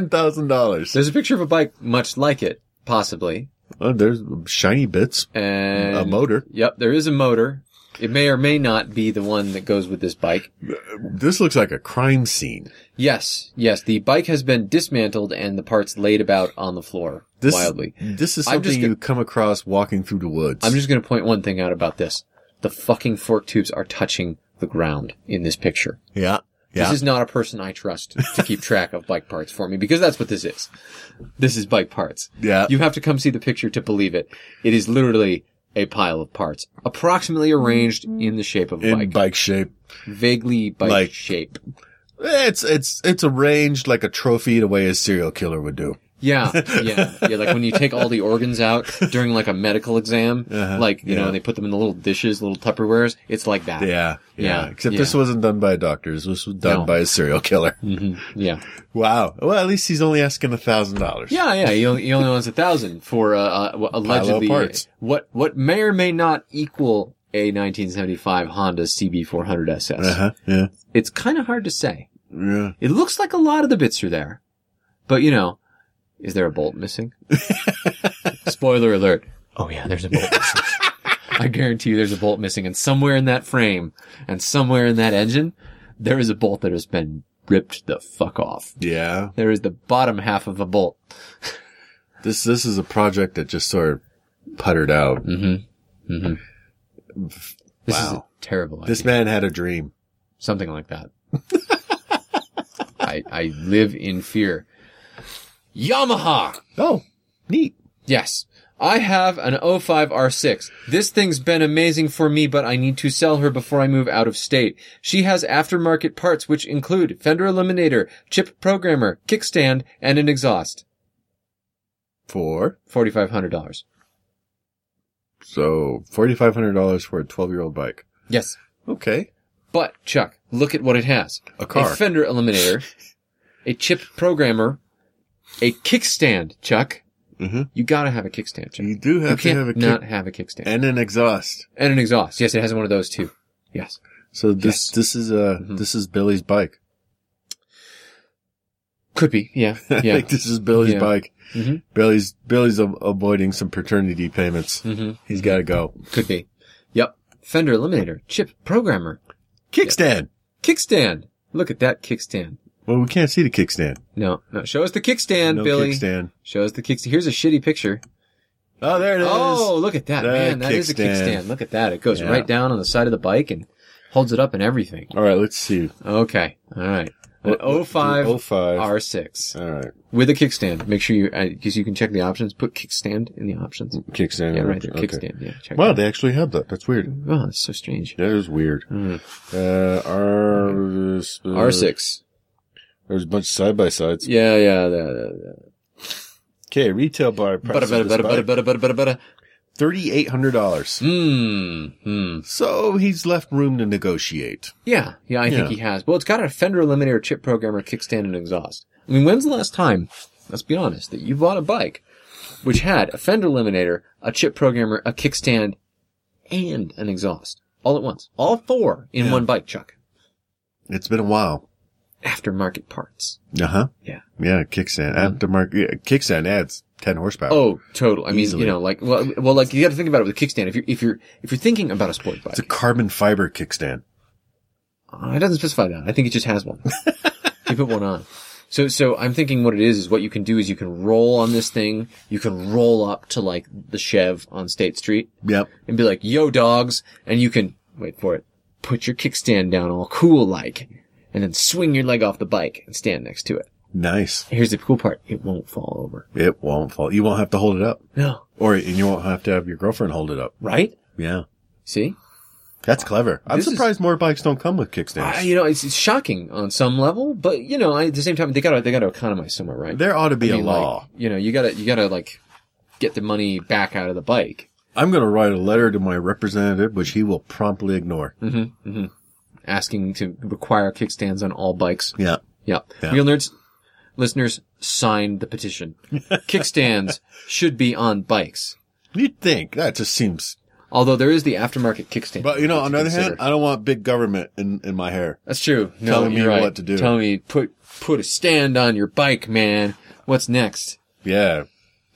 Speaker 1: $1,000.
Speaker 2: There's a picture of a bike much like it, possibly.
Speaker 1: Oh, there's shiny bits.
Speaker 2: And
Speaker 1: A motor.
Speaker 2: Yep, there is a motor. It may or may not be the one that goes with this bike.
Speaker 1: This looks like a crime scene.
Speaker 2: Yes, yes, the bike has been dismantled and the parts laid about on the floor
Speaker 1: This,
Speaker 2: wildly.
Speaker 1: This is
Speaker 2: I'm
Speaker 1: something
Speaker 2: just
Speaker 1: you come across walking through the woods.
Speaker 2: I'm just going to point one thing out about this. The fucking fork tubes are touching the ground in this picture.
Speaker 1: yeah. Yeah.
Speaker 2: This is not a person I trust to keep track of bike parts for me because that's what this is. This is bike parts.
Speaker 1: yeah.
Speaker 2: You have to come see the picture to believe it. It is literally a pile of parts, approximately arranged in the shape of a
Speaker 1: in
Speaker 2: bike,
Speaker 1: bike shape.
Speaker 2: vaguely bike
Speaker 1: Like-
Speaker 2: shape.
Speaker 1: It's, it's, it's arranged like a trophy the way a serial killer would do.
Speaker 2: Yeah, yeah, yeah. Like when you take all the organs out during like a medical exam, like you know,
Speaker 1: Uh-huh, yeah.
Speaker 2: and they put them in the little dishes, little Tupperwares. It's like that.
Speaker 1: Yeah, yeah.
Speaker 2: Yeah,
Speaker 1: Except this
Speaker 2: yeah.
Speaker 1: wasn't done by a doctor. This was done
Speaker 2: No.
Speaker 1: by a serial killer.
Speaker 2: Mhm, yeah,
Speaker 1: Wow. Well, at least he's only asking a thousand dollars.
Speaker 2: yeah, yeah. He only, he only owns a thousand for uh, uh, what allegedly
Speaker 1: parts.
Speaker 2: what what may or may not equal a 1975 Honda CB400 SS.
Speaker 1: Uh huh. Yeah.
Speaker 2: It's kind of hard to say.
Speaker 1: Yeah.
Speaker 2: It looks like a lot of the bits are there, but you know, is there a bolt missing? Spoiler alert. Oh yeah, there's a bolt missing. I guarantee you there's a bolt missing and somewhere in that frame and somewhere in that engine, there is a bolt that has been ripped the fuck off.
Speaker 1: Yeah.
Speaker 2: There is the bottom half of a bolt.
Speaker 1: This this is a project that just sort of puttered out.
Speaker 2: Mm-hmm. Mm-hmm. This is a
Speaker 1: Wow.
Speaker 2: terrible idea.
Speaker 1: This man had a dream.
Speaker 2: Something like that. I, I live in fear. Yamaha!
Speaker 1: Oh, neat.
Speaker 2: Yes. I have an 05 R6. This thing's been amazing for me, but I need to sell her before I move out of state. She has aftermarket parts which include fender eliminator, chip programmer, kickstand, and an exhaust.
Speaker 1: For
Speaker 2: $4,500.
Speaker 1: so forty five hundred dollars for a twelve year old bike.
Speaker 2: Yes.
Speaker 1: Okay.
Speaker 2: But, Chuck, look at what it has.
Speaker 1: A car.
Speaker 2: A fender eliminator, a chip programmer, a kickstand, Chuck.
Speaker 1: Mhm.
Speaker 2: You gotta have a kickstand, Chuck.
Speaker 1: You do
Speaker 2: Mm-hmm. You
Speaker 1: have to
Speaker 2: can't
Speaker 1: have a kick
Speaker 2: not have a kickstand.
Speaker 1: and an exhaust.
Speaker 2: and an exhaust. Yes, it has one of those too. Yes.
Speaker 1: So this
Speaker 2: Yes.
Speaker 1: this is uh
Speaker 2: Mhm.
Speaker 1: this is Billy's bike.
Speaker 2: Could be, yeah,
Speaker 1: I
Speaker 2: yeah.
Speaker 1: think this is Billy's
Speaker 2: Yeah.
Speaker 1: bike.
Speaker 2: Mhm.
Speaker 1: Billy's Billy's a- avoiding some paternity payments.
Speaker 2: hmm
Speaker 1: He's got to go.
Speaker 2: Could be. Yep. Fender eliminator, chip programmer,
Speaker 1: Kickstand.
Speaker 2: kickstand. Look at that kickstand.
Speaker 1: Well, we can't see the kickstand.
Speaker 2: No, no. Show us the kickstand,
Speaker 1: no
Speaker 2: Billy.
Speaker 1: kickstand.
Speaker 2: Show us the kickstand. Here's a shitty picture.
Speaker 1: Oh, there it is.
Speaker 2: Oh, look at that,
Speaker 1: The
Speaker 2: man. That is a
Speaker 1: kickstand.
Speaker 2: kickstand. Look at that. It goes
Speaker 1: Yeah.
Speaker 2: right down on the side of the bike and holds it up and everything.
Speaker 1: All right, let's see.
Speaker 2: Okay. All right. An
Speaker 1: What- what-
Speaker 2: 05
Speaker 1: do 05.
Speaker 2: R6
Speaker 1: All right,
Speaker 2: with a kickstand. Make sure you, because you can check the options. Put kickstand in the options.
Speaker 1: kickstand.
Speaker 2: Yeah, right there.
Speaker 1: Okay.
Speaker 2: Kickstand. Yeah. Check
Speaker 1: Wow,
Speaker 2: that.
Speaker 1: they actually have that. That's weird.
Speaker 2: Oh, that's so strange.
Speaker 1: That is weird.
Speaker 2: Mm.
Speaker 1: Uh, R uh,
Speaker 2: R6.
Speaker 1: There's a bunch of side by sides.
Speaker 2: Yeah, yeah, yeah.
Speaker 1: Okay, retail bar price thirty eight hundred dollars.
Speaker 2: Hmm. Hmm.
Speaker 1: So he's left room to negotiate.
Speaker 2: Yeah, yeah, I think
Speaker 1: Yeah.
Speaker 2: he has. Well, it's got a fender eliminator, chip programmer, kickstand, and exhaust. I mean, when's the last time, let's be honest, that you bought a bike which had a fender eliminator, a chip programmer, a kickstand, and an exhaust? All at once. All four in one bike, Chuck.
Speaker 1: It's been a while.
Speaker 2: Aftermarket parts.
Speaker 1: Uh huh.
Speaker 2: Yeah. Um,
Speaker 1: Yeah, kickstand. Aftermarket yeah, kickstand adds ten horsepower.
Speaker 2: Oh, total. I mean,
Speaker 1: Easily.
Speaker 2: you know, like, well, well, like, you gotta think about it with a kickstand. If you're, if you're, if you're thinking about a sport bike.
Speaker 1: it's a carbon fiber kickstand.
Speaker 2: Uh, it doesn't specify that. I think it just has one. you put one on. So, so I'm thinking what it is is what you can do is you can roll on this thing. You can roll up to like the Chev on State Street
Speaker 1: Yep.
Speaker 2: and be like, "Yo, dogs!" And you can wait for it. Put your kickstand down, all cool like, and then swing your leg off the bike and stand next to it.
Speaker 1: Nice.
Speaker 2: Here's the cool part: it won't fall over.
Speaker 1: It won't fall. You won't have to hold it up.
Speaker 2: No,
Speaker 1: Or, and you won't have to have your girlfriend hold it up.
Speaker 2: right?
Speaker 1: Yeah.
Speaker 2: See,
Speaker 1: That's clever. I'm
Speaker 2: This is-
Speaker 1: surprised more bikes don't come with kickstands.
Speaker 2: I, you know, it's, it's shocking on some level, but you know, I, at the same time, they gotta they gotta economize somewhere, right?
Speaker 1: there ought to be
Speaker 2: I
Speaker 1: a
Speaker 2: mean,
Speaker 1: law.
Speaker 2: like, you know, you gotta you gotta like get the money back out of the bike.
Speaker 1: I'm going to write a letter to my representative, which he will promptly ignore.
Speaker 2: Mm-hmm. hmm Asking to require kickstands on all bikes.
Speaker 1: Yeah.
Speaker 2: Yeah.
Speaker 1: Yeah.
Speaker 2: Real nerds, listeners, sign the petition. kickstands should be on bikes.
Speaker 1: You'd think that just seems,
Speaker 2: Although there is the aftermarket kickstand.
Speaker 1: but you know,
Speaker 2: to
Speaker 1: on the other hand,
Speaker 2: consider.
Speaker 1: I don't want big government in, in my hair.
Speaker 2: that's true. No,
Speaker 1: telling me
Speaker 2: you're right.
Speaker 1: what to do.
Speaker 2: Tell me put put a stand on your bike, man. What's next?
Speaker 1: Yeah.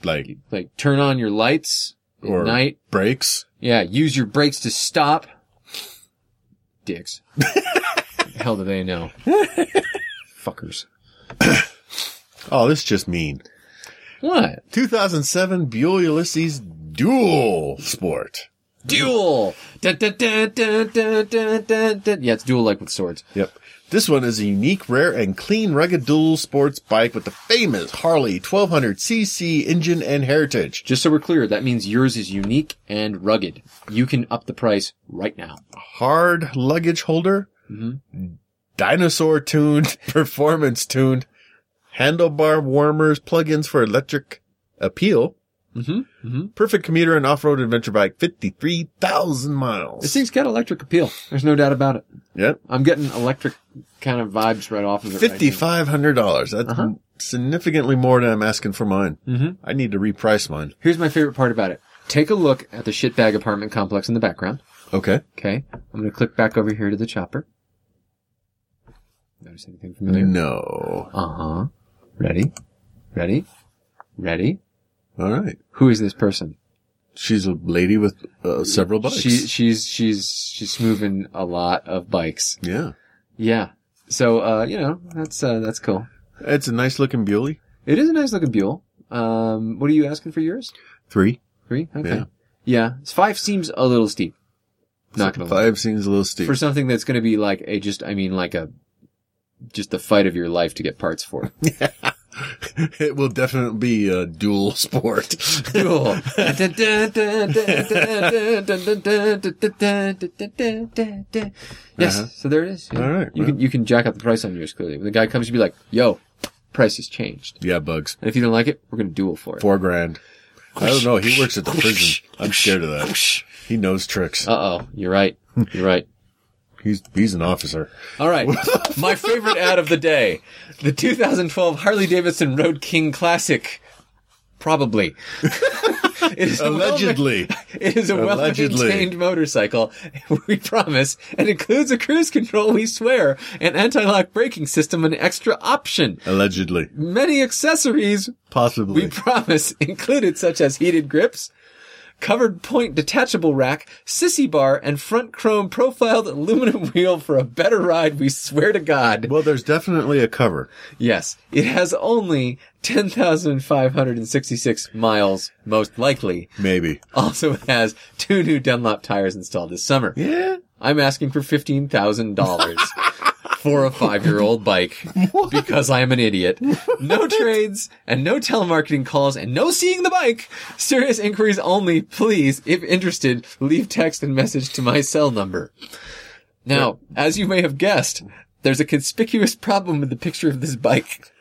Speaker 1: Like,
Speaker 2: Like turn on your lights at
Speaker 1: or
Speaker 2: night.
Speaker 1: brakes.
Speaker 2: Yeah, use your brakes to stop. Dicks. Hell do they know? Fuckers.
Speaker 1: Oh, this is just mean.
Speaker 2: What?
Speaker 1: 2007 Buell Ulysses Dual Sport.
Speaker 2: Duel! Dun, dun, dun, dun, dun, dun, dun, dun. Yeah, it's duel like with swords.
Speaker 1: Yep. This one is a unique, rare, and clean rugged dual sports bike with the famous Harley 1200cc engine and heritage.
Speaker 2: Just so we're clear, that means yours is unique and rugged. You can up the price right now.
Speaker 1: Hard luggage holder,
Speaker 2: Mhm.
Speaker 1: dinosaur tuned, performance tuned, handlebar warmers, plugins for electric appeal,
Speaker 2: Mm-hmm. Mm-hmm.
Speaker 1: perfect commuter and off-road adventure bike, 53,000
Speaker 2: This
Speaker 1: miles.
Speaker 2: thing's got electric appeal. There's no doubt about it.
Speaker 1: Yep.
Speaker 2: I'm getting electric kind of vibes right off of it.
Speaker 1: $5,500. That's
Speaker 2: Uh-huh.
Speaker 1: significantly more than I'm asking for mine.
Speaker 2: mm-hmm.
Speaker 1: I need to reprice mine.
Speaker 2: Here's my favorite part about it. Take a look at the shitbag apartment complex in the background.
Speaker 1: Okay.
Speaker 2: Okay, I'm gonna click back over here to the chopper. Notice anything familiar?
Speaker 1: No.
Speaker 2: Uh huh. Ready? Ready? Ready?
Speaker 1: All right.
Speaker 2: Who is this person?
Speaker 1: She's a lady with uh, several bikes.
Speaker 2: She she's she's she's moving a lot of bikes.
Speaker 1: yeah.
Speaker 2: Yeah. So uh, you know, that's uh that's cool.
Speaker 1: It's a nice looking Bewley.
Speaker 2: It is a nice looking Buell. Um what are you asking for yours?
Speaker 1: Three.
Speaker 2: Three? Okay.
Speaker 1: Yeah.
Speaker 2: Yeah. Five seems a little steep. Not gonna lie.
Speaker 1: Five seems a little steep.
Speaker 2: For something that's gonna be like a just I mean like a just the fight of your life to get parts for.
Speaker 1: it will definitely be a dual sport.
Speaker 2: Cool.
Speaker 1: Uh-huh.
Speaker 2: yes. So there it is. Yeah.
Speaker 1: All right,
Speaker 2: You can you can jack up the price on yours clearly. When the guy comes, you be like, "Yo, price has changed."
Speaker 1: yeah, bugs.
Speaker 2: And if you don't like it, we're gonna duel for it.
Speaker 1: Four grand. I don't know. He works at the prison. I'm scared of that. He knows tricks.
Speaker 2: Uh oh, you're right. You're right.
Speaker 1: He's he's an officer.
Speaker 2: All right. My favorite ad of the day. The 2012 Harley Davidson Road King Classic. Probably. it is a well-
Speaker 1: Allegedly.
Speaker 2: it is a well
Speaker 1: Allegedly.
Speaker 2: maintained motorcycle, we promise, and includes a cruise control, we swear, an anti lock braking system, an extra option.
Speaker 1: Allegedly.
Speaker 2: Many accessories, we
Speaker 1: Possibly.
Speaker 2: promise, included such as heated grips, covered point detachable rack, sissy bar, and front chrome profiled aluminum wheel for a better ride, we swear to God.
Speaker 1: Well, there's definitely a cover.
Speaker 2: Yes, it has only 10,566 miles, most likely.
Speaker 1: Maybe.
Speaker 2: Also has two new Dunlop tires installed this summer.
Speaker 1: Yeah.
Speaker 2: I'm asking for $15,000 for a five-year-old bike because I am an idiot. No trades and no telemarketing calls and no seeing the bike. Serious inquiries only. Please, if interested, leave text and message to my cell number. Now, as you may have guessed, there's a conspicuous problem with the picture of this bike.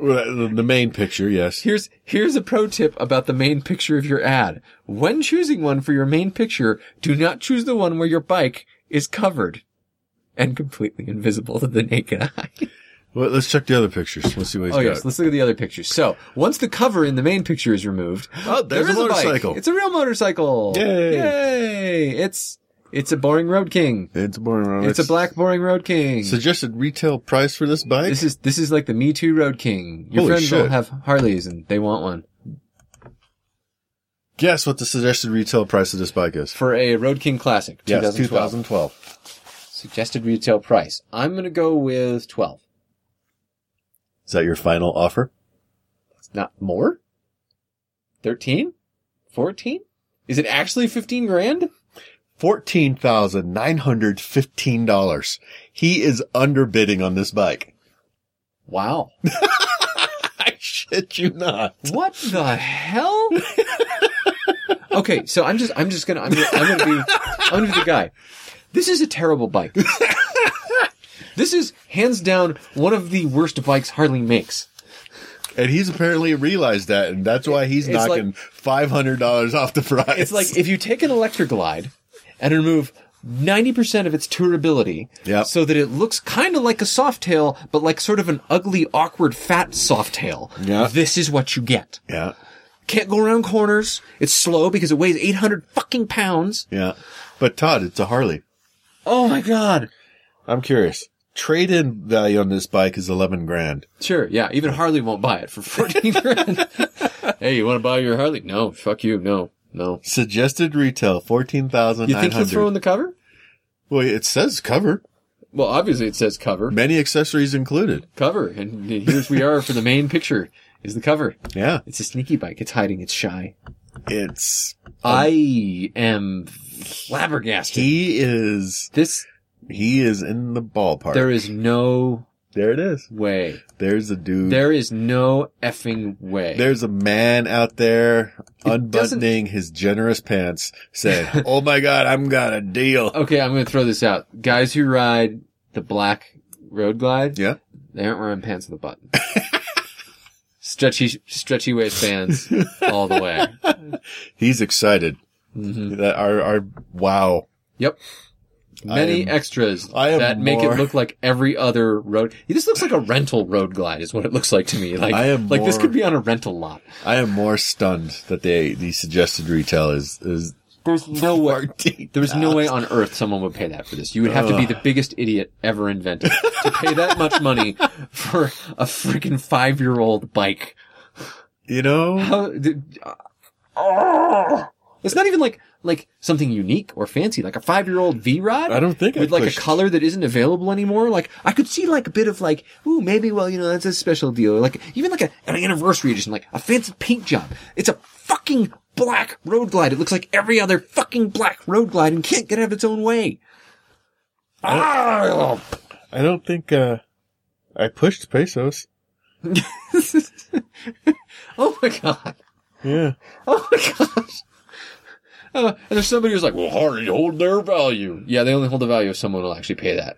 Speaker 1: Well, The the main picture, yes.
Speaker 2: Here's here's a pro tip about the main picture of your ad. When choosing one for your main picture, do not choose the one where your bike is covered and completely invisible to the naked eye.
Speaker 1: Well, let's check the other pictures. Let's see what he's
Speaker 2: oh
Speaker 1: got.
Speaker 2: yes, let's look at the other pictures. So once the cover in the main picture is removed,
Speaker 1: Oh, there's
Speaker 2: there
Speaker 1: a
Speaker 2: is bike.
Speaker 1: motorcycle.
Speaker 2: It's a real motorcycle.
Speaker 1: Yay.
Speaker 2: Yay! It's it's a boring road king.
Speaker 1: Oh, It's a boring road.
Speaker 2: It's a black boring road king.
Speaker 1: Suggested retail price for this bike?
Speaker 2: This is this is like the Me Too road king. Your
Speaker 1: Holy
Speaker 2: friends all
Speaker 1: shit.
Speaker 2: have Harleys and they want one.
Speaker 1: Guess what the suggested retail price of this bike is?
Speaker 2: For a Road King Classic,
Speaker 1: Yes,
Speaker 2: 2012.
Speaker 1: 2012.
Speaker 2: Suggested retail price. I'm going to go with 12.
Speaker 1: Is that your final offer?
Speaker 2: It's not more? 13? 14? Is it actually 15 grand?
Speaker 1: $14,915. He is underbidding on this bike.
Speaker 2: Wow.
Speaker 1: I shit you not.
Speaker 2: What the hell? okay, so I'm just I'm just gonna I'm gonna, I'm gonna be I'm gonna be the guy. This is a terrible bike. this is hands down one of the worst bikes Harley makes.
Speaker 1: And he's apparently realized that, and that's why he's
Speaker 2: It's like-
Speaker 1: knocking $500 off the price.
Speaker 2: It's like if you take an Electroglide and remove 90% of its tourability
Speaker 1: Yep.
Speaker 2: so that it looks kind of like a soft tail, but like sort of an ugly, awkward, fat soft tail.
Speaker 1: Yeah.
Speaker 2: This is what you get.
Speaker 1: yeah,
Speaker 2: Can't go around corners. It's slow because it weighs 800 fucking pounds.
Speaker 1: yeah. But Todd, it's a Harley.
Speaker 2: Oh my God.
Speaker 1: I'm curious. Trade in value on this bike is 11 grand.
Speaker 2: Sure. Yeah. Even Harley won't buy it for 14 grand. hey, you want to buy your Harley? No. Fuck you. No. No.
Speaker 1: Suggested retail
Speaker 2: You think he'll
Speaker 1: 14,900.
Speaker 2: throw in the cover?
Speaker 1: well, it says cover.
Speaker 2: Well, obviously it says cover.
Speaker 1: Many accessories included.
Speaker 2: Cover. And here's we are for the main picture is the cover.
Speaker 1: Yeah.
Speaker 2: It's a sneaky bike. It's hiding. It's shy.
Speaker 1: It's,
Speaker 2: I am flabbergasted.
Speaker 1: he is,
Speaker 2: This,
Speaker 1: he is in the ballpark.
Speaker 2: there is no
Speaker 1: there it is.
Speaker 2: way.
Speaker 1: There's a dude.
Speaker 2: There is no effing way.
Speaker 1: There's a man out there
Speaker 2: doesn't-
Speaker 1: unbuttoning his generous pants saying, Oh my God, I'm got a deal.
Speaker 2: okay, I'm going to throw this out. Guys who ride the black road glide,
Speaker 1: Yeah.
Speaker 2: they aren't wearing pants with a button. stretchy, stretchy waistbands all the way.
Speaker 1: He's excited.
Speaker 2: hmm
Speaker 1: That our, our, wow.
Speaker 2: Yep.
Speaker 1: I
Speaker 2: Many
Speaker 1: am-
Speaker 2: extras
Speaker 1: I am
Speaker 2: that make
Speaker 1: more-
Speaker 2: it look like every other road. This looks like a rental road glide is what it looks like to me. Like,
Speaker 1: I am
Speaker 2: like this
Speaker 1: more-
Speaker 2: could be on a rental lot.
Speaker 1: I am more stunned that they, the suggested retail is, is,
Speaker 2: There's no way. There was no
Speaker 1: $14,000.
Speaker 2: way on earth someone would pay that for this. You would have to be the biggest idiot ever invented to pay that much money for a freaking five year old bike.
Speaker 1: you know,
Speaker 2: How, did, Ah! it's not even like, like something unique or fancy, like a five year old V Rod.
Speaker 1: I don't think I
Speaker 2: with like a
Speaker 1: pushed-
Speaker 2: color that isn't available anymore. Like I could see like a bit of like, ooh, maybe well, you know, that's a special deal. Or, Like even like a, an anniversary edition, like a fancy paint job. It's a fucking black road glide. It looks like every other fucking black road glide and can't get out of its own way. Ah!
Speaker 1: I don't think, uh, I pushed pesos.
Speaker 2: oh my god.
Speaker 1: Yeah.
Speaker 2: Oh my gosh. Uh, and there's somebody who's like, well, Harley hold their value. Yeah, they only hold the value if someone will actually pay that.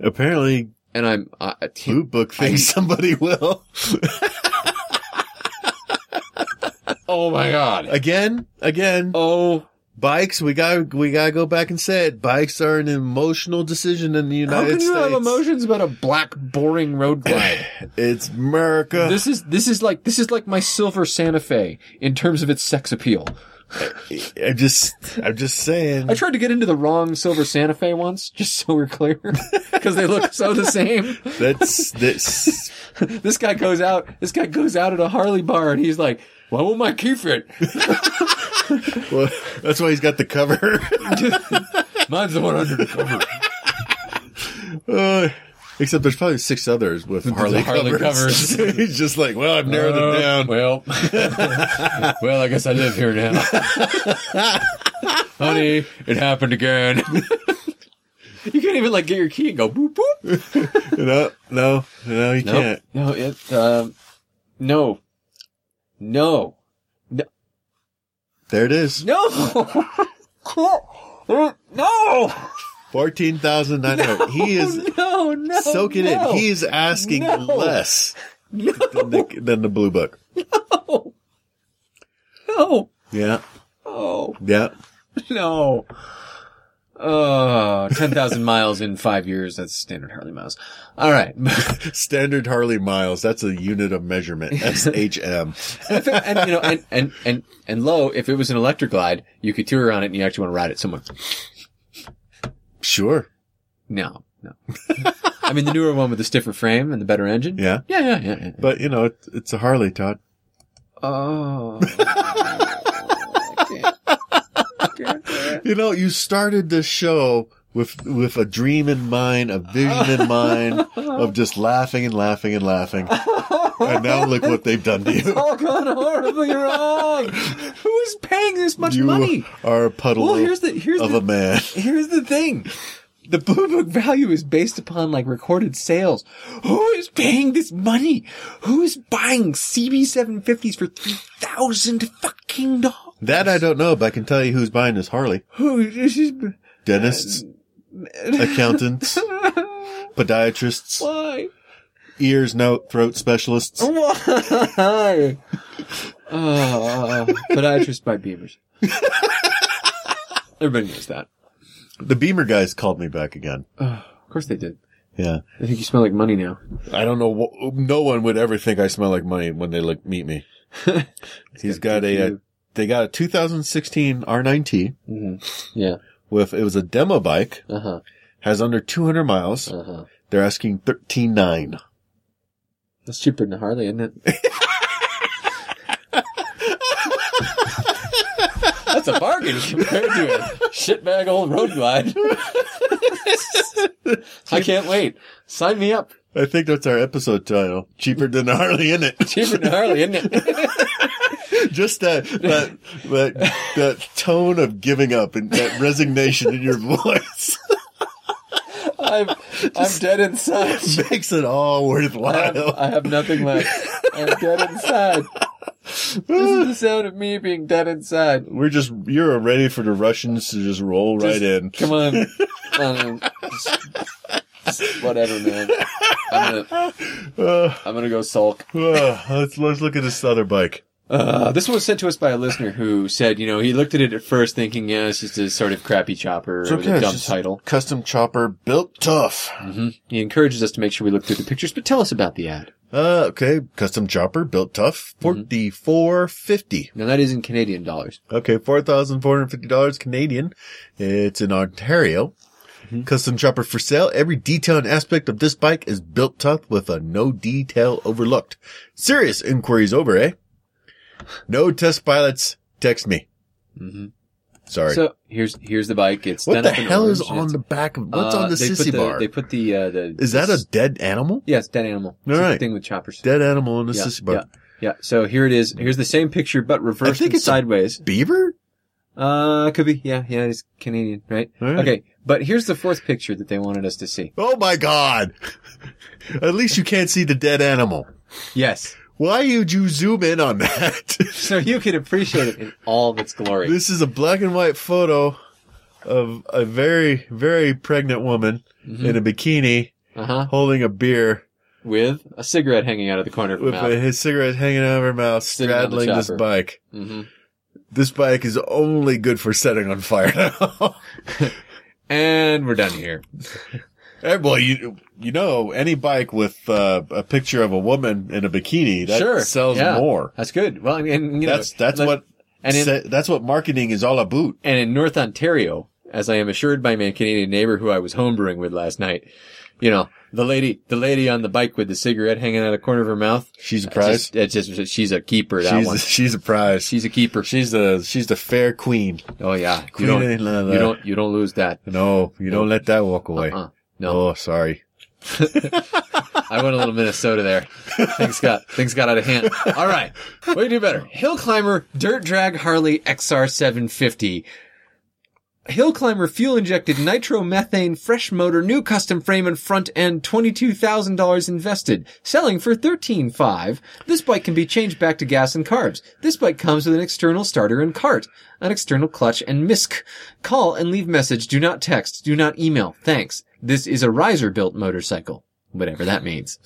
Speaker 1: Apparently,
Speaker 2: And I'm, uh,
Speaker 1: Blue Book thinks somebody will.
Speaker 2: oh my god.
Speaker 1: again, again.
Speaker 2: Oh
Speaker 1: Bikes, we got we gotta go back and say it. Bikes are an emotional decision in the United
Speaker 2: How can you
Speaker 1: States.
Speaker 2: have emotions about a black, boring road glide?
Speaker 1: It's America.
Speaker 2: this is this is like this is like my silver Santa Fe in terms of its sex appeal.
Speaker 1: I'm just I'm just saying.
Speaker 2: I tried to get into the wrong silver Santa Fe once, just so we're clear, because they look so the same.
Speaker 1: That's that's
Speaker 2: This guy goes out. This guy goes out at a Harley bar, and he's like, "Why won't my key fit?
Speaker 1: well, that's why he's got the cover.
Speaker 2: Mine's the one under the cover.
Speaker 1: Uh, except there's probably six others with Harley,
Speaker 2: Harley
Speaker 1: covers.
Speaker 2: covers.
Speaker 1: he's just like, well, I've narrowed
Speaker 2: Uh,
Speaker 1: it down.
Speaker 2: Well, well, I guess I live here now, honey. It happened again." You can't even like get your key and go boop boop.
Speaker 1: No, no, no, you can't.
Speaker 2: No, it, um, no. No.
Speaker 1: There it is.
Speaker 2: No! no!
Speaker 1: Fourteen thousand nine hundred. he is
Speaker 2: no, no.
Speaker 1: soak it
Speaker 2: Oh, no.
Speaker 1: in. He is asking
Speaker 2: No.
Speaker 1: less
Speaker 2: No,
Speaker 1: than the, than the blue book.
Speaker 2: no.
Speaker 1: Yeah.
Speaker 2: Oh,
Speaker 1: Yeah.
Speaker 2: no. Oh, 10,000 miles in five years. That's standard Harley miles. All right.
Speaker 1: Standard Harley miles. That's a unit of measurement. SHM.
Speaker 2: If it- and, you know, and, and, and, and low, if it was an electric glide, you could tour on it and you actually want to ride it somewhere.
Speaker 1: Sure.
Speaker 2: No, no. I mean, the newer one with the stiffer frame and the better engine.
Speaker 1: Yeah.
Speaker 2: Yeah, yeah, yeah. yeah.
Speaker 1: But you know, it's, it's a Harley, Todd.
Speaker 2: Oh.
Speaker 1: You know, you started this show with with a dream in mind, a vision in mind of just laughing and laughing and laughing. and now look what they've done to
Speaker 2: It's
Speaker 1: you.
Speaker 2: all gone horribly wrong. Who is paying this much
Speaker 1: You
Speaker 2: money?
Speaker 1: are a puddle
Speaker 2: Well, here's the here's
Speaker 1: of
Speaker 2: the
Speaker 1: a man.
Speaker 2: here's the thing. The blue book value is based upon like recorded sales. Who is paying this money? Who is buying CB750s for 3000 fucking dollars?
Speaker 1: That I don't know, but I can tell you who's buying this Harley.
Speaker 2: Who is this-
Speaker 1: Dentists, accountants, podiatrists,
Speaker 2: why?
Speaker 1: ears, note, throat specialists.
Speaker 2: oh. Why? Oh, podiatrist by Beavers. Everybody knows that.
Speaker 1: The Beamer guys called me back again.
Speaker 2: Oh, of course they did.
Speaker 1: Yeah.
Speaker 2: I think you smell like money now.
Speaker 1: I don't know. wh- No one would ever think I smell like money when they look meet me. He's got a, uh they got a 2016 R9T
Speaker 2: hmm Yeah.
Speaker 1: with, it was a demo bike,
Speaker 2: Uh huh.
Speaker 1: has under 200 miles.
Speaker 2: Uh huh.
Speaker 1: They're asking 13.9.
Speaker 2: That's cheaper than a Harley, isn't it? That's a bargain compared to a shitbag old road glide. I can't wait. Sign me up.
Speaker 1: I think that's our episode title. Cheaper than Harley, isn't it?
Speaker 2: Cheaper than a Harley, isn't it?
Speaker 1: Just that, that, that, that tone of giving up and that resignation in your voice
Speaker 2: I'm, I'm dead inside.
Speaker 1: makes it all
Speaker 2: I'm-
Speaker 1: worthwhile.
Speaker 2: I have nothing left. I'm dead inside. This is the sound of me being dead inside.
Speaker 1: We're just, you're ready for the Russians to just roll right in.
Speaker 2: Come on. Come on. Just- just whatever, man. I'm gonna,
Speaker 1: Uh,
Speaker 2: I'm gonna go sulk.
Speaker 1: uh, let's, let's look at this other bike.
Speaker 2: Uh, this one was sent to us by a listener who said, you know, he looked at it at first thinking, yeah, it's just a sort of crappy chopper. It was
Speaker 1: okay,
Speaker 2: a
Speaker 1: it's
Speaker 2: dumb
Speaker 1: just-
Speaker 2: title.
Speaker 1: Custom chopper built tough.
Speaker 2: hmm He encourages us to make sure we look through the pictures, but tell us about the ad.
Speaker 1: Uh, okay. Custom chopper built tough. Forty four fifty.
Speaker 2: Now that is in Canadian dollars.
Speaker 1: Okay, four thousand four hundred fifty dollars Canadian. It's in Ontario.
Speaker 2: Mm-hmm.
Speaker 1: Custom chopper for sale. Every detail and aspect of this bike is built tough with a no detail overlooked. Serious inquiries over, eh? No test pilots. Text me.
Speaker 2: Mhm.
Speaker 1: Sorry.
Speaker 2: So here's, here's the bike. It's
Speaker 1: Mm-hmm. what
Speaker 2: done
Speaker 1: the
Speaker 2: up in
Speaker 1: hell is
Speaker 2: orange.
Speaker 1: on
Speaker 2: It's-
Speaker 1: the back of what's
Speaker 2: uh,
Speaker 1: on the
Speaker 2: they put
Speaker 1: sissy bar?
Speaker 2: They put the, uh, the,
Speaker 1: is that a dead animal?
Speaker 2: yeah, it's dead animal. It's
Speaker 1: All
Speaker 2: a
Speaker 1: right.
Speaker 2: thing with choppers.
Speaker 1: Dead animal on the
Speaker 2: yeah,
Speaker 1: sissy bar.
Speaker 2: yeah, yeah. So here it is. Here's the same picture, but reversed
Speaker 1: think
Speaker 2: and
Speaker 1: it's a-
Speaker 2: sideways.
Speaker 1: Beaver?
Speaker 2: Uh, could be. Yeah, yeah, it's Canadian, right?
Speaker 1: All right.
Speaker 2: Okay. But here's the fourth picture that they wanted us to see.
Speaker 1: Oh my god! At least you can't see the dead animal.
Speaker 2: Yes.
Speaker 1: Why would you zoom in on that?
Speaker 2: so you can appreciate it in all of its glory.
Speaker 1: this is a black and white photo of a very, very pregnant woman
Speaker 2: Mm-hmm.
Speaker 1: in a bikini
Speaker 2: uh huh.
Speaker 1: holding a beer
Speaker 2: With a cigarette hanging out of the corner of her
Speaker 1: with a,
Speaker 2: mouth.
Speaker 1: his cigarette hanging out of her mouth,
Speaker 2: Sitting on the
Speaker 1: straddling this
Speaker 2: chopper.
Speaker 1: bike.
Speaker 2: hmm
Speaker 1: This bike is only good for setting on fire now.
Speaker 2: And we're done here.
Speaker 1: Eh, well, you you know any bike with uh, a picture of a woman in a bikini that
Speaker 2: sure.
Speaker 1: sells
Speaker 2: Yeah.
Speaker 1: more.
Speaker 2: That's good. Well, I mean, and, you know,
Speaker 1: That's that's
Speaker 2: like-
Speaker 1: what
Speaker 2: and in,
Speaker 1: se- that's what marketing is all about.
Speaker 2: and in North Ontario, as I am assured by my Canadian neighbor who I was homebrewing with last night, you know, the lady, the lady on the bike with the cigarette hanging out of the corner of her mouth.
Speaker 1: She's a
Speaker 2: That's
Speaker 1: prize.
Speaker 2: just, that's just- she's a keeper. That
Speaker 1: She's
Speaker 2: one.
Speaker 1: a, she's a prize.
Speaker 2: she's a keeper.
Speaker 1: She's the she's the fair queen.
Speaker 2: oh yeah. You
Speaker 1: Queen
Speaker 2: don't,
Speaker 1: ain't none of
Speaker 2: you
Speaker 1: that.
Speaker 2: don't, you don't lose that.
Speaker 1: No, you don't let that walk away.
Speaker 2: Uh-uh. No.
Speaker 1: Oh, sorry.
Speaker 2: I went a little Minnesota there. Things got things got out of hand. All right, what do you do better? Hill climber, dirt drag Harley XR 750. Hill climber, fuel injected, nitromethane, fresh motor, new custom frame and front end, twenty-two thousand dollars invested, selling for thirteen five. This bike can be changed back to gas and carbs. This bike comes with an external starter and cart, an external clutch and misc. Call and leave message. Do not text. Do not email. Thanks. This is a riser-built motorcycle, whatever that means.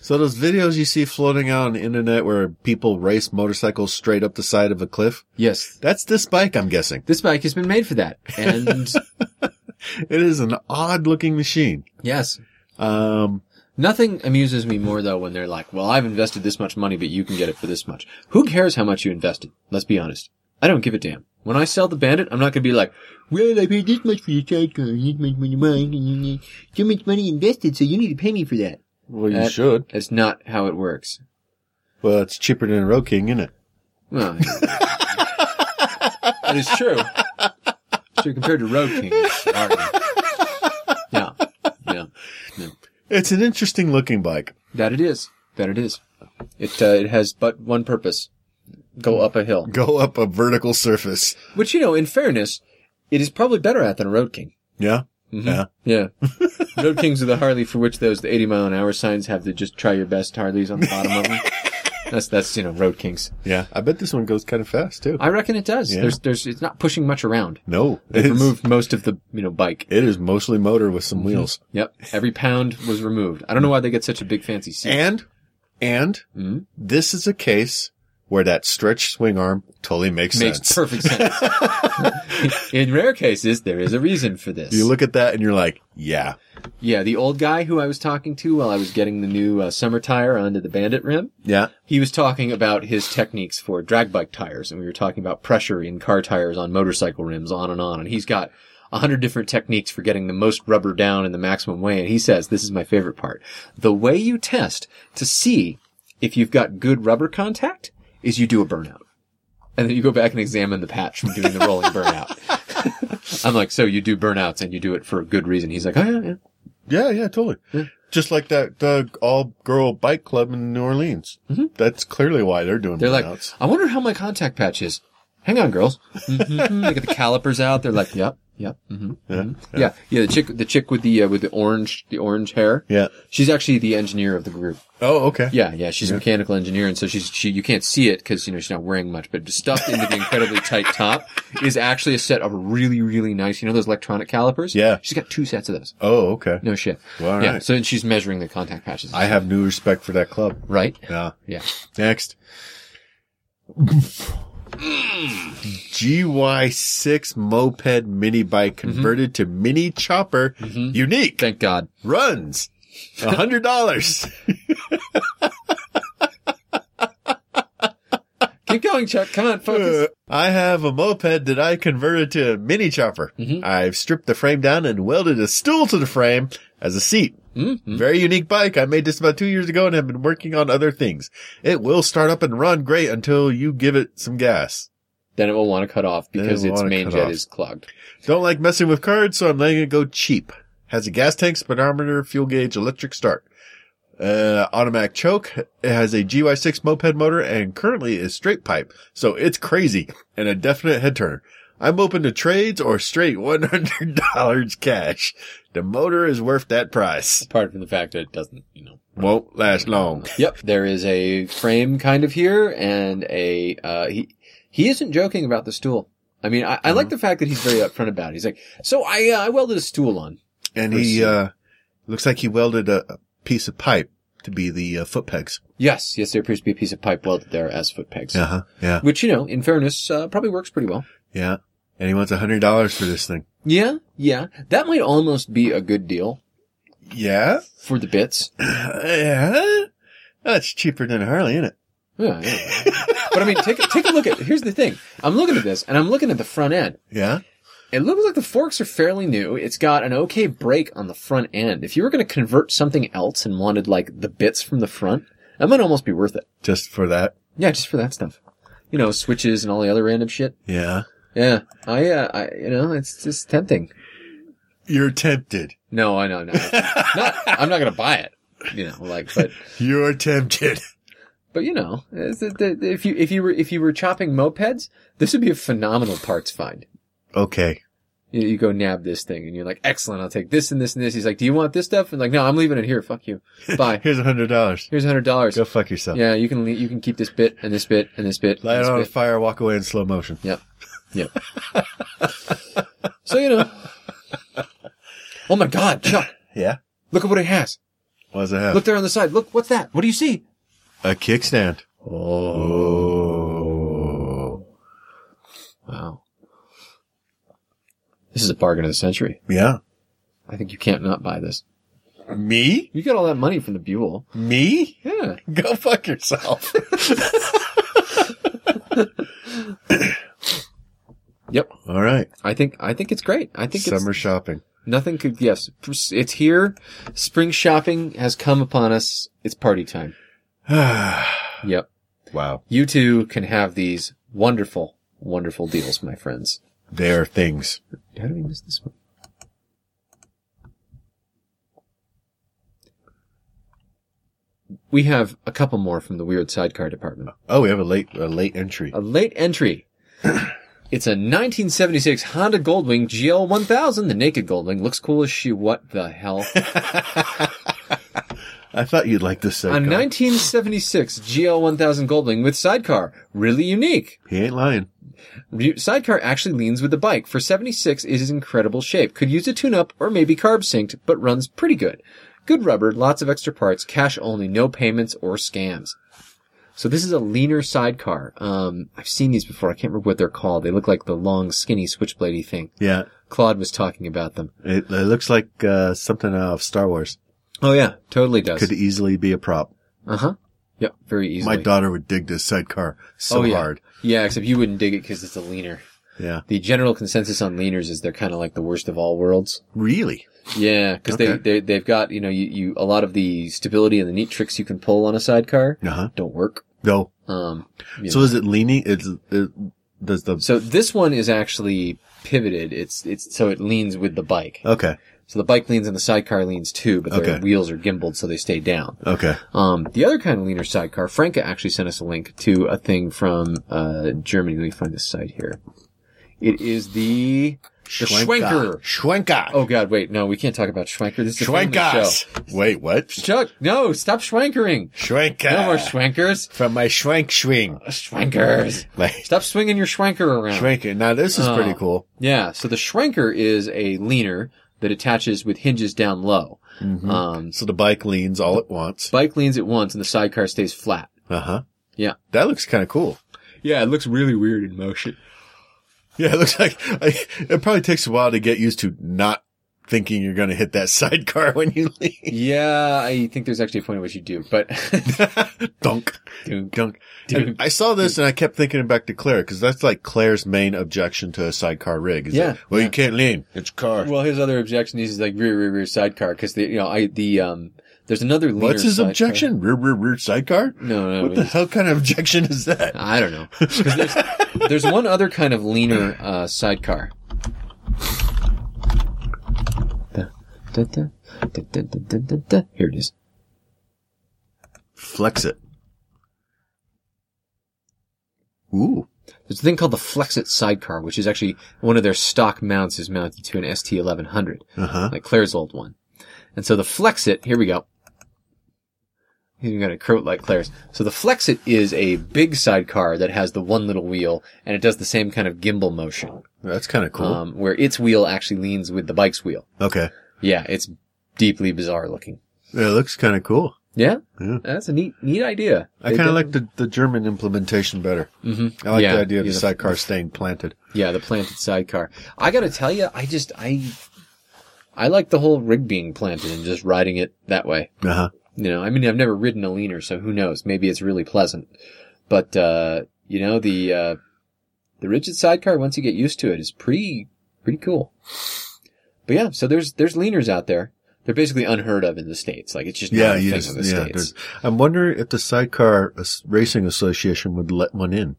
Speaker 1: So those videos you see floating out on the internet where people race motorcycles straight up the side of a cliff,
Speaker 2: Yes.
Speaker 1: that's this bike, I'm guessing.
Speaker 2: This bike has been made for that. And
Speaker 1: It is an odd looking machine.
Speaker 2: yes,
Speaker 1: Um,
Speaker 2: nothing amuses me more though when they're like, well, I've invested this much money, but you can get it for this much. Who cares how much you invested? Let's be honest. I don't give a damn. When I sell the Bandit, I'm not going to be like, well, I paid this much for your sidecar, this much money, mine, so much money invested, so you need to pay me for that.
Speaker 1: well, you
Speaker 2: Uh,
Speaker 1: should.
Speaker 2: That's not how it works.
Speaker 1: Well, it's cheaper than a Road King, isn't it?
Speaker 2: Well, that is true. So compared to Road King, it's already- yeah, yeah,
Speaker 1: It's an interesting looking bike.
Speaker 2: that it is. That it is. It uh, it has but one purpose: go up a hill.
Speaker 1: Go up a vertical surface.
Speaker 2: Which you know, in fairness, it is probably better at than a Road King.
Speaker 1: Yeah.
Speaker 2: Mhm.
Speaker 1: Yeah.
Speaker 2: Yeah. Road Kings are the Harley for which those the 80 mile an hour signs have the just try your best Harleys on the bottom of them. That's that's you know Road Kings.
Speaker 1: Yeah. I bet this one goes kind of fast too.
Speaker 2: I reckon it does.
Speaker 1: Yeah.
Speaker 2: There's there's it's not pushing much around.
Speaker 1: no.
Speaker 2: They
Speaker 1: It is,
Speaker 2: removed most of the you know bike.
Speaker 1: it is mostly motor with some wheels.
Speaker 2: Yep, every pound was removed. I don't know why they get such a big fancy seat.
Speaker 1: And, and
Speaker 2: Mhm.
Speaker 1: this is a case where that stretched swing arm totally makes,
Speaker 2: Makes
Speaker 1: sense.
Speaker 2: perfect sense. In rare cases, there is a reason for this.
Speaker 1: You look at that and you're like, yeah,
Speaker 2: yeah, the old guy who I was talking to while I was getting the new uh, summer tire onto the Bandit rim,
Speaker 1: yeah,
Speaker 2: he was talking about his techniques for drag bike tires, and we were talking about pressure in car tires on motorcycle rims, on and on. And he's got a hundred different techniques for getting the most rubber down in the maximum way. And he says, this is my favorite part. The way you test to see if you've got good rubber contact is you do a burnout. And then you go back and examine the patch from doing the rolling burnout. I'm like, so you do burnouts and you do it for a good reason. He's like, oh yeah, yeah.
Speaker 1: yeah, yeah, totally. Just like that uh, all girl bike club in New Orleans. That's clearly why they're doing
Speaker 2: Mm-hmm. They're like,
Speaker 1: burnouts.
Speaker 2: I wonder how my contact patch is. Hang on, girls. Mm-hmm. they get the calipers out. They're like, yep, yep. Mm-hmm. Yeah. yeah, The chick, the chick with the uh, with the orange, the orange hair.
Speaker 1: Yeah.
Speaker 2: She's actually the engineer of the group.
Speaker 1: Oh, okay.
Speaker 2: Yeah, yeah. She's a mechanical engineer, and so she's she. You can't see it because you know she's not wearing much, but stuffed into the incredibly tight top is actually a set of really, really nice. You know those electronic calipers.
Speaker 1: Yeah.
Speaker 2: She's got two sets of those.
Speaker 1: Oh, okay.
Speaker 2: No shit.
Speaker 1: Well, all
Speaker 2: yeah.
Speaker 1: right.
Speaker 2: So she's measuring the contact patches.
Speaker 1: I have new respect for that club.
Speaker 2: right.
Speaker 1: Yeah.
Speaker 2: Yeah.
Speaker 1: Next. GY6 moped mini bike converted to mini chopper.
Speaker 2: Mm-hmm.
Speaker 1: Unique.
Speaker 2: Thank God.
Speaker 1: Runs. A hundred dollars.
Speaker 2: Keep going, Chuck. Come on, focus.
Speaker 1: I have a moped that I converted to a mini chopper. I've stripped the frame down and welded a stool to the frame as a seat.
Speaker 2: Hmm?
Speaker 1: Very unique bike. I made this about two years ago and have been working on other things. It will start up and run great until you give it some gas.
Speaker 2: then it will want to cut off
Speaker 1: Then it
Speaker 2: because
Speaker 1: will
Speaker 2: its
Speaker 1: wanna
Speaker 2: main
Speaker 1: cut
Speaker 2: jet
Speaker 1: off.
Speaker 2: is clogged.
Speaker 1: Don't like messing with cards, so I'm letting it go cheap. Has a gas tank, speedometer, fuel gauge, electric start. Uh, automatic choke. It has a GY6 moped motor and currently is straight pipe. So it's crazy and a definite head turner. I'm open to trades or straight $100 cash. The motor is worth that price.
Speaker 2: Apart from the fact that it doesn't, you know.
Speaker 1: Won't last long.
Speaker 2: Yep, there is a frame kind of here, and a uh, he he isn't joking about the stool. I mean, I, I like
Speaker 1: Mm-hmm.
Speaker 2: the fact that he's very upfront about it. He's like, so I uh, I welded a stool on.
Speaker 1: And he, uh, looks like he welded a, a piece of pipe to be the uh, foot pegs.
Speaker 2: Yes, yes, there appears to be a piece of pipe welded there as foot pegs,
Speaker 1: Uh huh. Yeah.
Speaker 2: which you know, in fairness, uh, probably works pretty well.
Speaker 1: Yeah. And he wants $100 for this thing.
Speaker 2: Yeah, yeah, that might almost be a good deal
Speaker 1: Yeah.
Speaker 2: for the bits.
Speaker 1: Yeah. That's cheaper than a Harley, isn't it?
Speaker 2: Yeah, yeah. but I mean, take a- take a look at. Here's the thing: I'm looking at this, and I'm looking at the front end.
Speaker 1: Yeah.
Speaker 2: It looks like the forks are fairly new. It's got an okay brake on the front end. If you were going to convert something else and wanted like the bits from the front, that might almost be worth it.
Speaker 1: Just for that.
Speaker 2: Yeah, just for that stuff. You know, switches and all the other random shit.
Speaker 1: Yeah.
Speaker 2: Yeah, I, uh, I, you know, it's just tempting.
Speaker 1: You're tempted.
Speaker 2: No, I know, no, not, I'm not going to buy it. You know, like, but,
Speaker 1: You're tempted.
Speaker 2: but you know, it's- it- it- if you if you were if you were chopping mopeds, this would be a phenomenal parts find.
Speaker 1: Okay.
Speaker 2: You, you go nab this thing, and you're like, excellent. I'll take this and this and this. He's like, do you want this stuff? And like, no, I'm leaving it here. Fuck you. Bye.
Speaker 1: Here's a hundred dollars.
Speaker 2: Here's a hundred dollars.
Speaker 1: Go fuck yourself.
Speaker 2: Yeah, you can le- you can keep this bit and this bit and this bit.
Speaker 1: Light
Speaker 2: and
Speaker 1: it
Speaker 2: this
Speaker 1: on
Speaker 2: bit.
Speaker 1: fire, walk away in slow motion.
Speaker 2: Yep. Yep. so you know. Oh my God, Chuck!
Speaker 1: Yeah.
Speaker 2: Look at what it has.
Speaker 1: What does it have?
Speaker 2: Look there on the side. Look, what's that? What do you see?
Speaker 1: A kickstand.
Speaker 2: Oh
Speaker 1: Oh.
Speaker 2: wow! This is a bargain of the century.
Speaker 1: Yeah.
Speaker 2: I think you can't not buy this.
Speaker 1: Me?
Speaker 2: You got all that money from the Buell.
Speaker 1: Me?
Speaker 2: Yeah.
Speaker 1: Go fuck yourself.
Speaker 2: Yep.
Speaker 1: All right.
Speaker 2: I think I think it's great. I think it's
Speaker 1: Summer shopping.
Speaker 2: Nothing could, yes, it's here. Spring shopping has come upon us. It's party time. Yep.
Speaker 1: wow.
Speaker 2: You too can have these wonderful, wonderful deals, my friends.
Speaker 1: They are things.
Speaker 2: How did we miss this one? we have a couple more from the weird sidecar department.
Speaker 1: Oh, we have a late, a late entry.
Speaker 2: A late entry. it's a 1976 Honda Goldwing GL1000. The naked Goldwing looks cool as she. What the hell?
Speaker 1: I thought you'd like this
Speaker 2: A
Speaker 1: sidecar.
Speaker 2: 1976 GL1000 Goldwing with sidecar. Really unique.
Speaker 1: he ain't lying.
Speaker 2: Re- Sidecar actually leans with the bike. For 76, it is in incredible shape. Could use a tune-up or maybe carb synced, but runs pretty good. Good rubber, lots of extra parts, cash only, no payments or scams. So this is a leaner sidecar. Um, I've seen these before. I can't remember what they're called. They look like the long, skinny switchbladey thing.
Speaker 1: Yeah.
Speaker 2: Claude was talking about them.
Speaker 1: It, it looks like uh, something out of Star Wars.
Speaker 2: Oh yeah, totally does.
Speaker 1: Could easily be a prop.
Speaker 2: Uh huh. Yep, very easily.
Speaker 1: My daughter would dig this sidecar so
Speaker 2: Oh, yeah.
Speaker 1: hard.
Speaker 2: Yeah, except you wouldn't dig it because it's a leaner.
Speaker 1: Yeah.
Speaker 2: The general consensus on leaners is they're kind of like the worst of all worlds.
Speaker 1: Really?
Speaker 2: Yeah, because
Speaker 1: Okay.
Speaker 2: they, they they've got you know you, you a lot of the stability and the neat tricks you can pull on a sidecar
Speaker 1: Uh huh.
Speaker 2: don't work.
Speaker 1: No.
Speaker 2: Um, you
Speaker 1: So
Speaker 2: know.
Speaker 1: is it leaning? It's, it, does the,
Speaker 2: so this one is actually pivoted. It's it's so it leans with the bike.
Speaker 1: okay.
Speaker 2: So the bike leans and the sidecar leans too, but their
Speaker 1: Okay.
Speaker 2: wheels are gimbaled so they stay down.
Speaker 1: Okay.
Speaker 2: Um, the other kind of leaner sidecar, Franca actually sent us a link to a thing from uh, Germany. Let me find this site here. It is the the Schwenker.
Speaker 1: Schwenker.
Speaker 2: Oh God, wait, no, we can't talk about Schwenker. This is a family show.
Speaker 1: Schwenkers. Wait, what?
Speaker 2: Chuck, no, stop schwankering.
Speaker 1: Schwenker.
Speaker 2: No more schwankers.
Speaker 1: From my Schwenk swing.
Speaker 2: Schwankers.
Speaker 1: Like,
Speaker 2: Stop swinging your schwanker around.
Speaker 1: Schwenker. Now this is
Speaker 2: Oh.
Speaker 1: pretty cool.
Speaker 2: yeah. So the schwanker is a leaner that attaches with hinges down low.
Speaker 1: Mhm.
Speaker 2: Um,
Speaker 1: so the bike leans all at once.
Speaker 2: bike leans at once and the sidecar stays flat.
Speaker 1: Uh huh.
Speaker 2: Yeah.
Speaker 1: That looks kind of cool.
Speaker 2: Yeah, it looks really weird in motion.
Speaker 1: Yeah, it looks like I, it probably takes a while to get used to not thinking you're going to hit that sidecar when you lean.
Speaker 2: Yeah, I think there's actually a point at which you do, but
Speaker 1: dunk,
Speaker 2: Dunk.
Speaker 1: dunk.
Speaker 2: Dunk.
Speaker 1: I saw this and I kept thinking back to Claire because that's like Claire's main objection to a sidecar rig. Is
Speaker 2: Yeah,
Speaker 1: that, well, you can't lean. It's a car.
Speaker 2: well, his other objection is like rear, rear, rear sidecar because the you know I the um there's another leaner
Speaker 1: What's his
Speaker 2: sidecar.
Speaker 1: objection? Rear, rear, rear sidecar?
Speaker 2: No, no,
Speaker 1: What the hell kind of objection is that?
Speaker 2: I don't know. 'Cause There's, there's one other kind of leaner uh, sidecar. Da, da, da, da, da, da, da, da. Here it is.
Speaker 1: Flex it. Ooh.
Speaker 2: There's a thing called the Flexit sidecar, which is actually one of their stock mounts is mounted to an ST1100,
Speaker 1: Uh huh.
Speaker 2: like Claire's old one. And so the Flexit, here we go. He's even got a coat like Claire's. So the Flexit is a big sidecar that has the one little wheel, and it does the same kind of gimbal motion,
Speaker 1: That's kind of cool.
Speaker 2: um, where its wheel actually leans with the bike's wheel.
Speaker 1: okay.
Speaker 2: Yeah, it's deeply bizarre looking.
Speaker 1: Yeah, it looks kind of cool.
Speaker 2: Yeah,
Speaker 1: Yeah.
Speaker 2: that's a neat, neat idea.
Speaker 1: I kind of like the, the German implementation better. Mm-hmm. I like
Speaker 2: Yeah.
Speaker 1: the idea of
Speaker 2: Yeah,
Speaker 1: the
Speaker 2: the-
Speaker 1: sidecar staying planted.
Speaker 2: yeah, the planted sidecar. I gotta tell you, I just I, I like the whole rig being planted and just riding it that way.
Speaker 1: Uh huh.
Speaker 2: You know, I mean, I've never ridden a leaner, so who knows? Maybe it's really pleasant. But uh, you know, the uh, the rigid sidecar, once you get used to it, is pretty pretty cool. But yeah, so there's there's leaners out there. They're basically unheard of in the states. Like it's just
Speaker 1: Yeah,
Speaker 2: not a
Speaker 1: you
Speaker 2: thing
Speaker 1: just-
Speaker 2: in the
Speaker 1: yeah.
Speaker 2: states.
Speaker 1: there's- I'm wondering if the Sidecar As- Racing Association would let one in,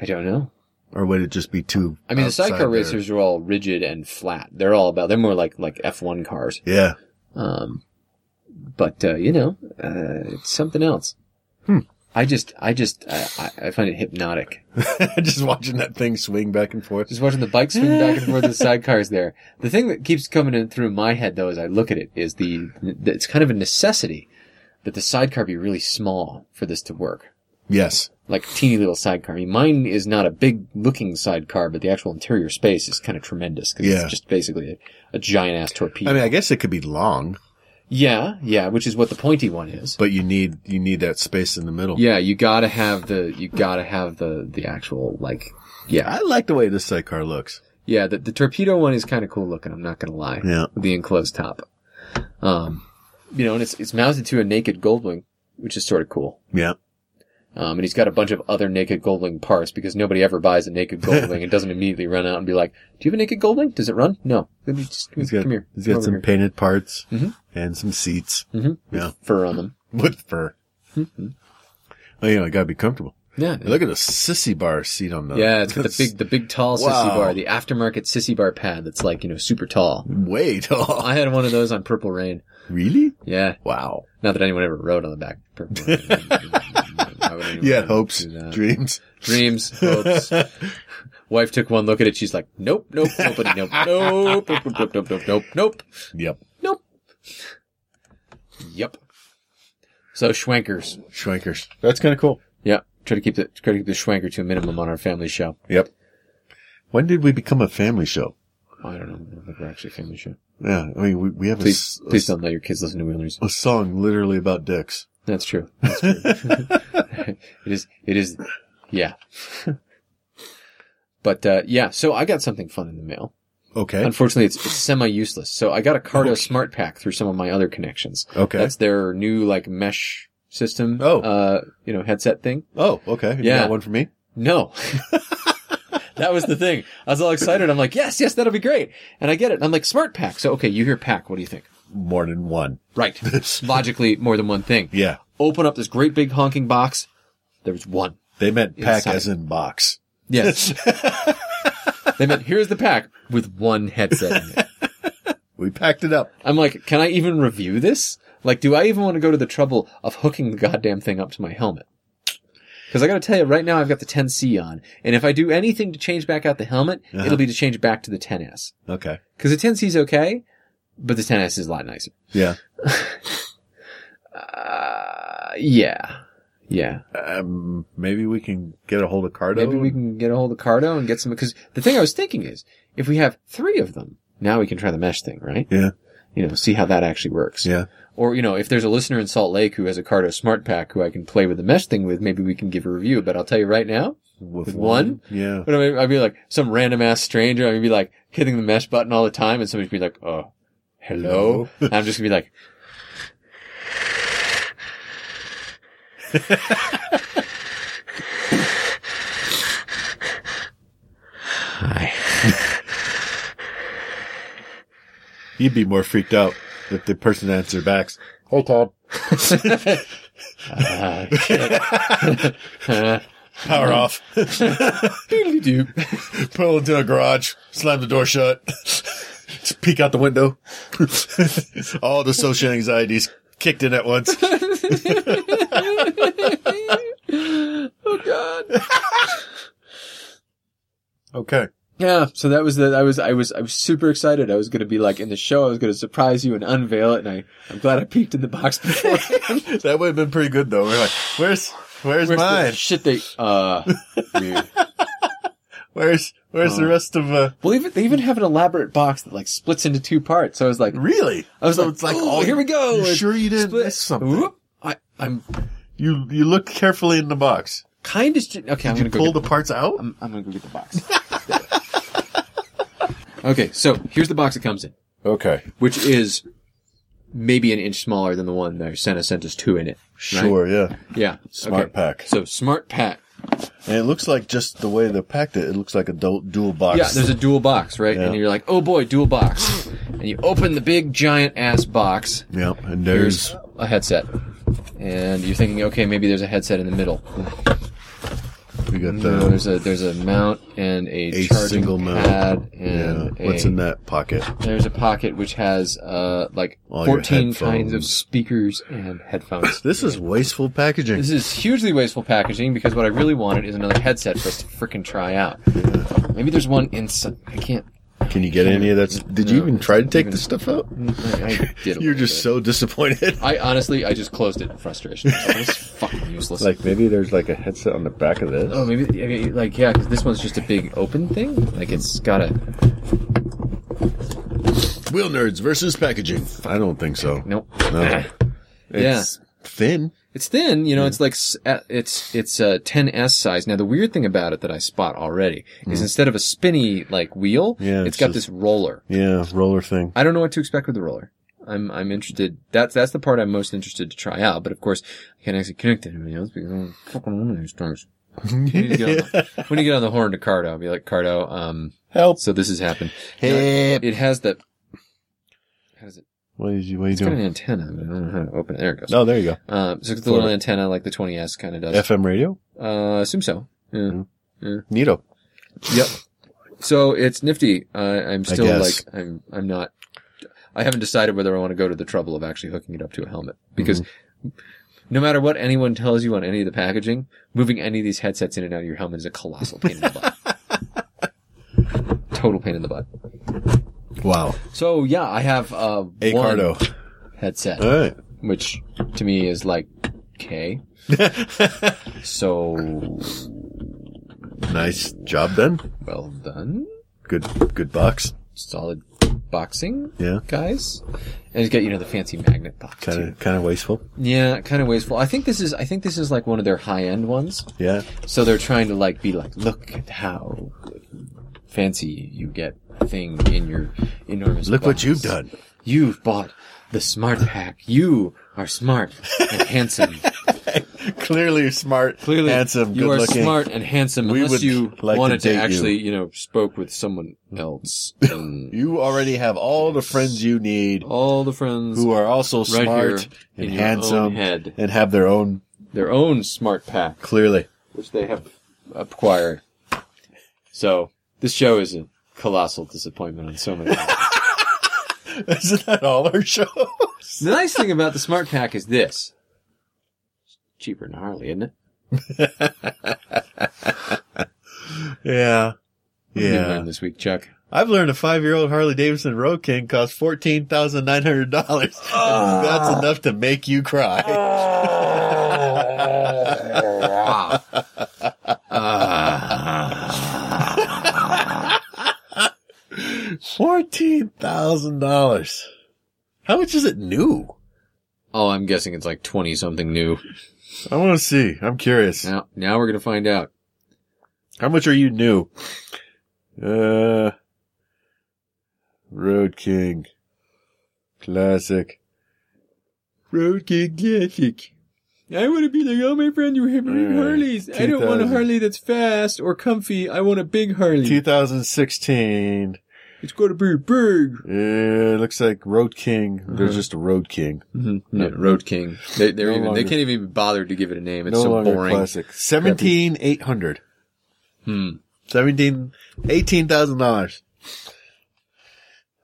Speaker 2: I don't know.
Speaker 1: or would it just be too?
Speaker 2: I mean, the
Speaker 1: outside
Speaker 2: sidecar
Speaker 1: their-
Speaker 2: racers are all rigid and flat. They're all about. They're more like like F one cars.
Speaker 1: Yeah,
Speaker 2: Um, but uh, you know, uh, it's something else. I just, I just, I, I- I find it hypnotic.
Speaker 1: just watching that thing swing back and forth.
Speaker 2: Just watching the bike swing back and forth. The sidecars there. The thing that keeps coming in through my head though, as I look at it, is the that it's kind of a necessity that the sidecar be really small for this to work.
Speaker 1: Yes,
Speaker 2: Like teeny little sidecar. I mean, mine is not a big looking sidecar, but the actual interior space is kind of tremendous because
Speaker 1: Yeah.
Speaker 2: it's just basically a, a giant ass torpedo.
Speaker 1: I mean, I guess it could be long,
Speaker 2: Yeah, yeah, which is what the pointy one is.
Speaker 1: but you need you need that space in the middle.
Speaker 2: Yeah, you gotta have the you gotta have the the actual like yeah
Speaker 1: I like the way this sidecar looks.
Speaker 2: yeah the the torpedo one is kind of cool looking. I'm not gonna lie.
Speaker 1: Yeah.
Speaker 2: the enclosed top. Um, you know, and it's it's mounted to a naked Goldwing, which is sort of cool.
Speaker 1: Yeah,
Speaker 2: Um, and he's got a bunch of other naked Goldwing parts because nobody ever buys a naked Goldwing and doesn't immediately run out and be like, "Do you have a naked Goldwing? Does it run? No. Let me just
Speaker 1: he's got
Speaker 2: come here.
Speaker 1: he's
Speaker 2: Come
Speaker 1: got
Speaker 2: over
Speaker 1: some
Speaker 2: here."
Speaker 1: painted parts
Speaker 2: Mhm.
Speaker 1: and some seats
Speaker 2: Mhm.
Speaker 1: Yeah.
Speaker 2: fur on them.
Speaker 1: with fur. Well, you know, it gotta be comfortable.
Speaker 2: Yeah.
Speaker 1: Look at the sissy bar seat on the.
Speaker 2: Yeah, it's got the big, the big tall sissy
Speaker 1: Wow.
Speaker 2: bar, the aftermarket sissy bar pad that's like, you know, super tall.
Speaker 1: Way tall.
Speaker 2: I had one of those on Purple Rain.
Speaker 1: Really?
Speaker 2: Yeah.
Speaker 1: Wow.
Speaker 2: Not that anyone ever rode on the back. of Purple Rain. Why would anyone
Speaker 1: You had hopes,
Speaker 2: do that?
Speaker 1: dreams.
Speaker 2: dreams, hopes. Wife took one look at it. She's like, nope, nope, nobody, nope, nope, nope, nope, nope, nope, nope, nope,
Speaker 1: Yep.
Speaker 2: nope. Yep. So schwankers.
Speaker 1: Schwankers. That's kind of cool.
Speaker 2: Yeah. Try to keep the, try to keep the schwanker to a minimum on our family show.
Speaker 1: Yep. When did we become a family show?
Speaker 2: I don't know. I don't think we're actually a family show.
Speaker 1: Yeah, I mean, we, we have a
Speaker 2: Please,
Speaker 1: s- a,
Speaker 2: please don't let your kids listen to Wheelers.
Speaker 1: a song literally about dicks.
Speaker 2: That's true. That's true. it is. It is. Yeah. but uh, yeah, so I got something fun in the mail.
Speaker 1: Okay.
Speaker 2: Unfortunately, it's, it's semi useless. So I got a Cardo Smart Pack through some of my other connections.
Speaker 1: Okay.
Speaker 2: That's their new like mesh system.
Speaker 1: Oh.
Speaker 2: Uh, you know, headset thing.
Speaker 1: oh, okay. You
Speaker 2: Yeah.
Speaker 1: got one for me?
Speaker 2: No. that was the thing. I was all excited. I'm like, yes, yes, that'll be great. And I get it. I'm like, Smart Pack. So okay, you hear pack. What do you think?
Speaker 1: More than one.
Speaker 2: Right. Logically, more than one thing.
Speaker 1: Yeah.
Speaker 2: Open up this great big honking box. There was one.
Speaker 1: They meant pack
Speaker 2: Inside.
Speaker 1: as in box.
Speaker 2: Yes. they meant, here's the pack with one headset in it.
Speaker 1: We packed it up.
Speaker 2: I'm like, can I even review this? Like, do I even want to go to the trouble of hooking the goddamn thing up to my helmet? Because I got to tell you, right now I've got the 10C on, and if I do anything to change back out the helmet,
Speaker 1: Uh-huh.
Speaker 2: it'll be to change back to the 10S.
Speaker 1: Okay.
Speaker 2: Because the 10C is okay, but the 10S is a lot nicer.
Speaker 1: Yeah.
Speaker 2: Uh, yeah, yeah.
Speaker 1: Um, maybe we can get a hold of Cardo.
Speaker 2: Maybe we can get a hold of Cardo and get some. Because the thing I was thinking is, if we have three of them, now we can try the mesh thing, right?
Speaker 1: Yeah.
Speaker 2: You know, see how that actually works.
Speaker 1: Yeah.
Speaker 2: Or, you know, if there's a listener in Salt Lake who has a Cardo Smart Pack who I can play with the mesh thing with, maybe we can give a review. But I'll tell you right now,
Speaker 1: With,
Speaker 2: one?
Speaker 1: Yeah.
Speaker 2: but I mean, I'd be like some random ass stranger. I'd be like hitting the mesh button all the time and somebody'd be like, oh, hello. and I'm just gonna be like, hi.
Speaker 1: You'd be more freaked out if the person answered back. Hey, Todd.
Speaker 2: Oh, Uh, uh,
Speaker 1: Power off.
Speaker 2: doodly-doo.
Speaker 1: Pull into a garage. Slam the door shut. Just peek out the window. All the social anxieties kicked in at once.
Speaker 2: oh god.
Speaker 1: Okay.
Speaker 2: Yeah, so that was the I was I was I was super excited. I was gonna be like in the show, I was gonna surprise you and unveil it and I I'm glad I peeked in the box before.
Speaker 1: That would have been pretty good though. We're like, where's, where's,
Speaker 2: Where's
Speaker 1: mine?
Speaker 2: the shit they uh weird.
Speaker 1: Where's, where's the
Speaker 2: Oh.
Speaker 1: rest of, uh,
Speaker 2: Well even they even have an elaborate box that like splits into two parts. So I was like
Speaker 1: really?
Speaker 2: I was
Speaker 1: So
Speaker 2: like,
Speaker 1: it's like,
Speaker 2: oh,
Speaker 1: all-
Speaker 2: here we go.
Speaker 1: You
Speaker 2: It's
Speaker 1: sure you didn't
Speaker 2: split.
Speaker 1: miss something?
Speaker 2: Whoop. I I'm
Speaker 1: You, you looked carefully in the box.
Speaker 2: kinda st- okay, I'm
Speaker 1: Did
Speaker 2: gonna
Speaker 1: you
Speaker 2: go
Speaker 1: pull
Speaker 2: get
Speaker 1: the parts out?
Speaker 2: I'm, I'm gonna go get the box. okay, so here's the box it comes in,
Speaker 1: Okay.
Speaker 2: which is maybe an inch smaller than the one that Santa sent us two in it. right?
Speaker 1: Sure. Yeah.
Speaker 2: Yeah.
Speaker 1: Smart
Speaker 2: okay.
Speaker 1: pack.
Speaker 2: So smart pack.
Speaker 1: And it looks like just the way they packed it, it looks like a du- dual box.
Speaker 2: Yeah, there's a dual box, right? And
Speaker 1: Yeah.
Speaker 2: you're like, oh boy, dual box. And you open the big giant ass box.
Speaker 1: Yep, and there's
Speaker 2: There's a headset. And you're thinking, okay, maybe there's a headset in the middle.
Speaker 1: we got
Speaker 2: No,
Speaker 1: the
Speaker 2: there's a there's a mount and a,
Speaker 1: a
Speaker 2: charging
Speaker 1: single mount.
Speaker 2: pad
Speaker 1: Yeah,
Speaker 2: and a-
Speaker 1: what's in that pocket?
Speaker 2: There's a pocket which has uh like
Speaker 1: All your
Speaker 2: 14 kinds of
Speaker 1: headphones.
Speaker 2: speakers and headphones.
Speaker 1: This is wasteful packaging.
Speaker 2: this is hugely wasteful packaging because what I really wanted is another headset for us to freaking try out. Maybe there's one inside. I can't.
Speaker 1: Can you get any of that? Did you
Speaker 2: No,
Speaker 1: even try to take
Speaker 2: even-
Speaker 1: this stuff out?
Speaker 2: I, I did. a
Speaker 1: You're
Speaker 2: little
Speaker 1: just
Speaker 2: bit.
Speaker 1: so disappointed.
Speaker 2: I honestly, I just closed it in frustration. I was like, This is fucking useless.
Speaker 1: like maybe there's like a headset on the back of this.
Speaker 2: oh, maybe I mean, like yeah, because this one's just a big open thing. Like it's got a
Speaker 1: Wheel nerds versus packaging. I don't think so.
Speaker 2: nope. Ah.
Speaker 1: No. It's thin.
Speaker 2: It's thin, you know, it's like, s- uh, it's, it's a 10S size. Now the weird thing about it that I spot already is instead of a spinny, like, wheel,
Speaker 1: Mm-hmm. Yeah,
Speaker 2: it's
Speaker 1: it's
Speaker 2: got
Speaker 1: just-
Speaker 2: this roller.
Speaker 1: Yeah, roller thing.
Speaker 2: I don't know what to expect with the roller. I'm, I'm interested. That's, that's the part I'm most interested to try out. But of course, I can't actually connect to anybody else because I'm fucking one of these things. When you get on the- when you get on the horn to Cardo, I'll be like, Cardo, um,
Speaker 1: Help.
Speaker 2: so this has happened.
Speaker 1: Help.
Speaker 2: It has the, how does it,
Speaker 1: What is you? What are you
Speaker 2: It's got an
Speaker 1: doing?
Speaker 2: antenna, but I don't know how to open it. There it goes.
Speaker 1: Oh, there you go.
Speaker 2: Um, so it's the little antenna like the 20S kind of does.
Speaker 1: FM radio.
Speaker 2: Uh, assume so. Yeah.
Speaker 1: Mm-hmm. Neato.
Speaker 2: Yep. So it's nifty. Uh, I'm still
Speaker 1: guess.
Speaker 2: like I'm I'm not. I haven't decided whether I want to go to the trouble of actually hooking it up to a helmet because
Speaker 1: Mm-hmm.
Speaker 2: no matter what anyone tells you on any of the packaging, moving any of these headsets in and out of your helmet is a colossal pain in the butt. Total pain in the butt.
Speaker 1: Wow.
Speaker 2: So yeah, I have uh,
Speaker 1: A
Speaker 2: one
Speaker 1: Cardo.
Speaker 2: headset,
Speaker 1: All right.
Speaker 2: which to me is like okay. so
Speaker 1: Nice job then.
Speaker 2: well done.
Speaker 1: Good, good box.
Speaker 2: solid boxing
Speaker 1: Yeah.
Speaker 2: guys and it's got you know the fancy magnet box
Speaker 1: Kind
Speaker 2: too.
Speaker 1: of, kind of wasteful.
Speaker 2: yeah kind of wasteful i think this is i think this is like one of their high end ones
Speaker 1: Yeah.
Speaker 2: so they're trying to like be like look at how fancy you get a thing in your enormous
Speaker 1: Look what
Speaker 2: box.
Speaker 1: you've done.
Speaker 2: you've bought the smart pack you are smart and handsome
Speaker 1: Clearly you're smart,
Speaker 2: clearly
Speaker 1: handsome,
Speaker 2: you are
Speaker 1: good looking.
Speaker 2: smart and handsome
Speaker 1: We
Speaker 2: unless
Speaker 1: would
Speaker 2: you
Speaker 1: like to
Speaker 2: wanted to,
Speaker 1: date you.
Speaker 2: actually you. know spoke with someone else and
Speaker 1: You already have all the friends you need
Speaker 2: all the friends
Speaker 1: who are also
Speaker 2: right
Speaker 1: smart
Speaker 2: here
Speaker 1: and
Speaker 2: in your own
Speaker 1: handsome
Speaker 2: head.
Speaker 1: and have their own,
Speaker 2: Their own smart pack,
Speaker 1: clearly.
Speaker 2: which they have acquired. So this show is a colossal disappointment on so many. levels.
Speaker 1: Isn't that all our show?
Speaker 2: the nice thing about the smart pack is this: It's cheaper than Harley, isn't it?
Speaker 1: yeah.
Speaker 2: What did you
Speaker 1: Yeah.
Speaker 2: learn this week, Chuck.
Speaker 1: I've learned a five year old Harley Davidson Road King costs fourteen thousand nine hundred dollars. That's enough to make you cry.
Speaker 2: Ah.
Speaker 1: Fourteen thousand dollars. How much is it new?
Speaker 2: Oh, I'm guessing it's like twenty something new.
Speaker 1: I want to see. I'm curious.
Speaker 2: Now, now we're gonna find out.
Speaker 1: How much are you new? Uh, Road King Classic. Road King Classic.
Speaker 2: I want to be like, oh, my friend, you have
Speaker 1: big Alright, Harleys. I don't want a 2000. Harley
Speaker 2: that's fast or comfy. I want a big Harley.
Speaker 1: 2016.
Speaker 2: It's got to be big.
Speaker 1: Uh, looks like Road King. There's
Speaker 2: Mhm.
Speaker 1: just a Road King.
Speaker 2: No, Mm-hmm. Road King. They, they're
Speaker 1: No
Speaker 2: even,
Speaker 1: longer-
Speaker 2: they can't even bother to give it a name. It's
Speaker 1: no
Speaker 2: so
Speaker 1: longer
Speaker 2: boring.
Speaker 1: classic. Seventeen eight hundred.
Speaker 2: Hmm.
Speaker 1: Seventeen, eighteen thousand dollars.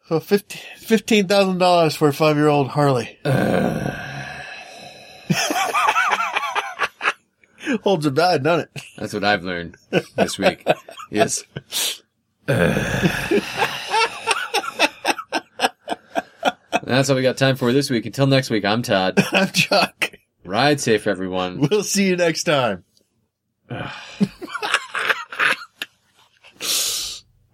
Speaker 1: So fifteen, fifteen thousand dollars for a five-year-old Harley.
Speaker 2: Uh.
Speaker 1: Holds a bad, doesn't it?
Speaker 2: That's what I've learned this week. yes. That's all we got time for this week. Until next week, I'm Todd.
Speaker 1: I'm Chuck.
Speaker 2: Ride safe, everyone.
Speaker 1: We'll see you next time.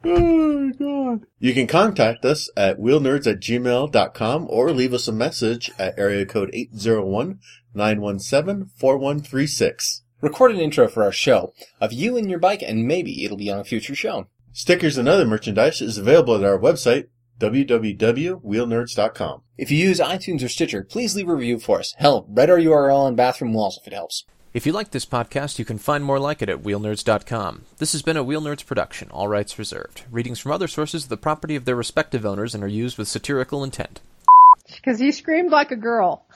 Speaker 1: oh, God. You can contact us at wheelnerds at gmail.com or leave us a message at area code 801 917 4136.
Speaker 3: Record an intro for our show of you and your bike, and maybe it'll be on a future show.
Speaker 1: Stickers and other merchandise is available at our website, www.wheelnerds.com.
Speaker 3: If you use iTunes or Stitcher, please leave a review for us. Hell, write our URL on bathroom walls if it helps.
Speaker 4: If you like this podcast, you can find more like it at wheelnerds.com. This has been a Wheel Nerds production, all rights reserved. Readings from other sources are the property of their respective owners and are used with satirical intent.
Speaker 5: Because you screamed like a girl.